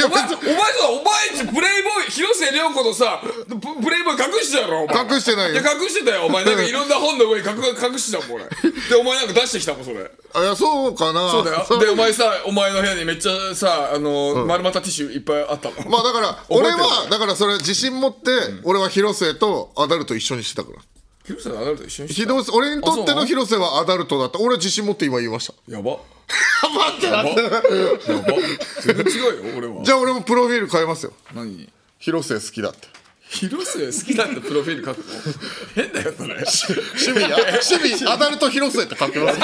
Speaker 2: お前お前さお前んちプレイボーイ広末涼子とさププレイボーイ隠してたやろお前
Speaker 1: 隠してない
Speaker 2: い
Speaker 1: よ
Speaker 2: や隠してたよお前なんかいろんな本の上に隠隠してたもん俺でお前なんか出してきたもんそれ
Speaker 1: あいやそうかな
Speaker 2: そうだよでお前さお前の部屋にめっちゃさあの、丸まったティッシュいっぱいあったもん
Speaker 1: まあだから
Speaker 2: えて
Speaker 1: 俺
Speaker 2: る
Speaker 1: はだからそれ自信持って俺は広末とアダルト一緒にしてたから
Speaker 2: 広末とアダルト一緒にしてた
Speaker 1: 広瀬俺にとって
Speaker 2: あそ
Speaker 1: の
Speaker 2: う
Speaker 1: 広瀬はアダルトだった俺は自信持って今言いました
Speaker 2: や
Speaker 1: *laughs*
Speaker 2: ばやばやば全然違うよ俺は
Speaker 1: じゃあ俺もプロフィール変えますよ
Speaker 2: 何
Speaker 1: 広瀬好きだって
Speaker 2: 広末好きだってプロフィール *laughs* 書くの変だよそれ
Speaker 1: 趣味や *laughs* 趣味アダルト広瀬って書きます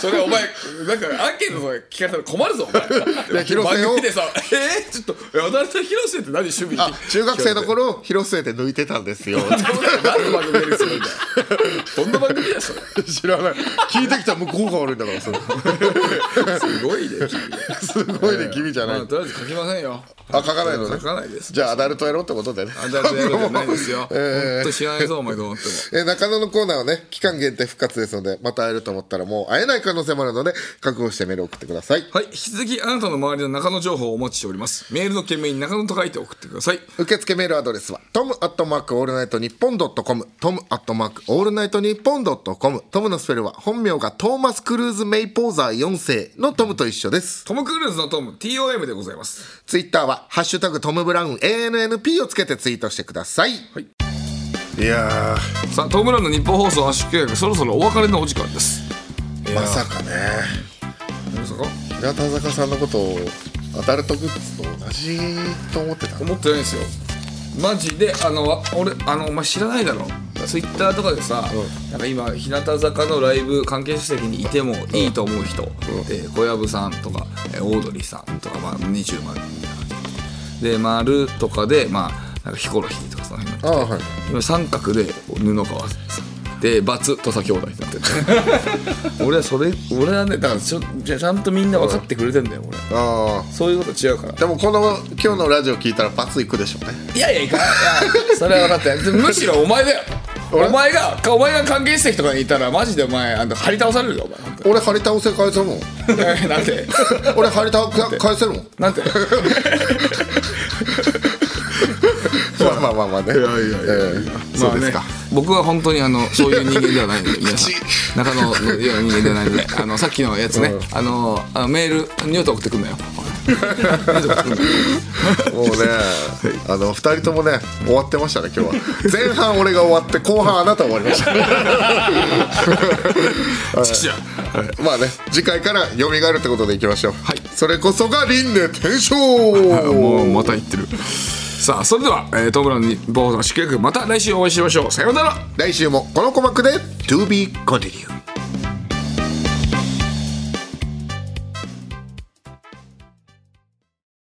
Speaker 2: それお前なんかアンケートとか聞かれたら困るぞお前
Speaker 1: いや広末を
Speaker 2: 番組でさ「 *laughs* えー、ちょっとアダルト広末って何趣味?」
Speaker 1: *laughs* あ中学生の頃広末で抜いてたんですよ
Speaker 2: 何の番組ですよみたいなどんな番組だよそれ
Speaker 1: *laughs* 知らない聞いてきた向こうが悪いんだからそれ
Speaker 2: すごいね君
Speaker 1: すごいね君じゃない
Speaker 2: まあ、とりあえず書きませんよ
Speaker 1: あ書かないのね
Speaker 2: 書かないです
Speaker 1: じゃあアダルトやろうってことでね、
Speaker 2: アダルトやろうじゃないです *laughs* よ
Speaker 1: *laughs* え
Speaker 2: ほん
Speaker 1: ー
Speaker 2: と知らないぞお前どう思っても
Speaker 1: えー中野のコーナーはね期間限定復活ですのでまた会えると思ったらもう会えない可能性もあるので覚悟してメールを送ってください
Speaker 2: はい引き続きあなたの周りの中野情報をお待ちしておりますメールの件名に中野と書いて送ってください
Speaker 1: 受付メールアドレスはトムアットマークオールナイトニッポンドットコムトムアットマークオールナイトニッポンドットコムトムのスペルは本名がトーマス・クルーズ・メイポーザー4世のトムと一緒です
Speaker 2: トム・クルーズのトム TOM でございます
Speaker 1: ツイッターは「ハッシュタグトム・ブラウン ANNP」をつけてツイートしてください、
Speaker 2: はい
Speaker 1: いや
Speaker 2: さあトム・ブラウンの日本放送圧縮計画そろそろお別れのお時間です
Speaker 1: ーまさかね
Speaker 2: まさか
Speaker 1: 日向坂さんのことをアダルトグッズと同じと思ってた
Speaker 2: 思ってないですよマジであのわ俺あのお前知らないだろツイッターとかでさ、なんか今日向坂のライブ関係者席にいてもいいと思う人、えー小籔さんとか、えーオードリーさんとか、まあ、20万人みたいな感じで「丸とかでまあなんかヒコロヒーとかその辺の
Speaker 1: ああはい
Speaker 2: 今三角で布川さんで×土佐兄弟になってる *laughs* 俺はそれ俺はねだからちょじゃあちゃんとみんな分かってくれてんだよ俺
Speaker 1: あ
Speaker 2: そういうこと違うから
Speaker 1: あでもこの今日のラジオ聞いたらバツいくでしょうね
Speaker 2: いやいやいかんい *laughs* やそれは分かってるむしろお前だよ
Speaker 1: 俺
Speaker 2: お前がお前が関係席とかにいたらマジでお前あの張り倒されるよお前本 *laughs*
Speaker 1: 俺張り倒せ返せるもん
Speaker 2: 当にいやいやなんで
Speaker 1: *laughs*
Speaker 2: *laughs*
Speaker 1: 俺張り倒せ返せるもん
Speaker 2: なんて
Speaker 1: まあまあまあまあねいやいやいや、えーそうですか、
Speaker 2: まあね僕は本当にあのそういう人間ではないので *laughs* 皆さん中野のような人間ではないのであのさっきのやつね、あのあのメールニュート送ってくんな *laughs* よニュート送ってくんなよ
Speaker 1: もうね、あの二人ともね、終わってましたね、今日 *laughs* は。前半俺が終わって、後半あなた終わりました。はいまあね、次回から蘇るってことでいきましょう。はい、それこそが輪廻転生。
Speaker 2: もうまた言ってるさあそれでは、えー、トムブラウンにボードの宿泊また来週お会いしましょうさようなら
Speaker 1: 来週もこの鼓膜で To be continued。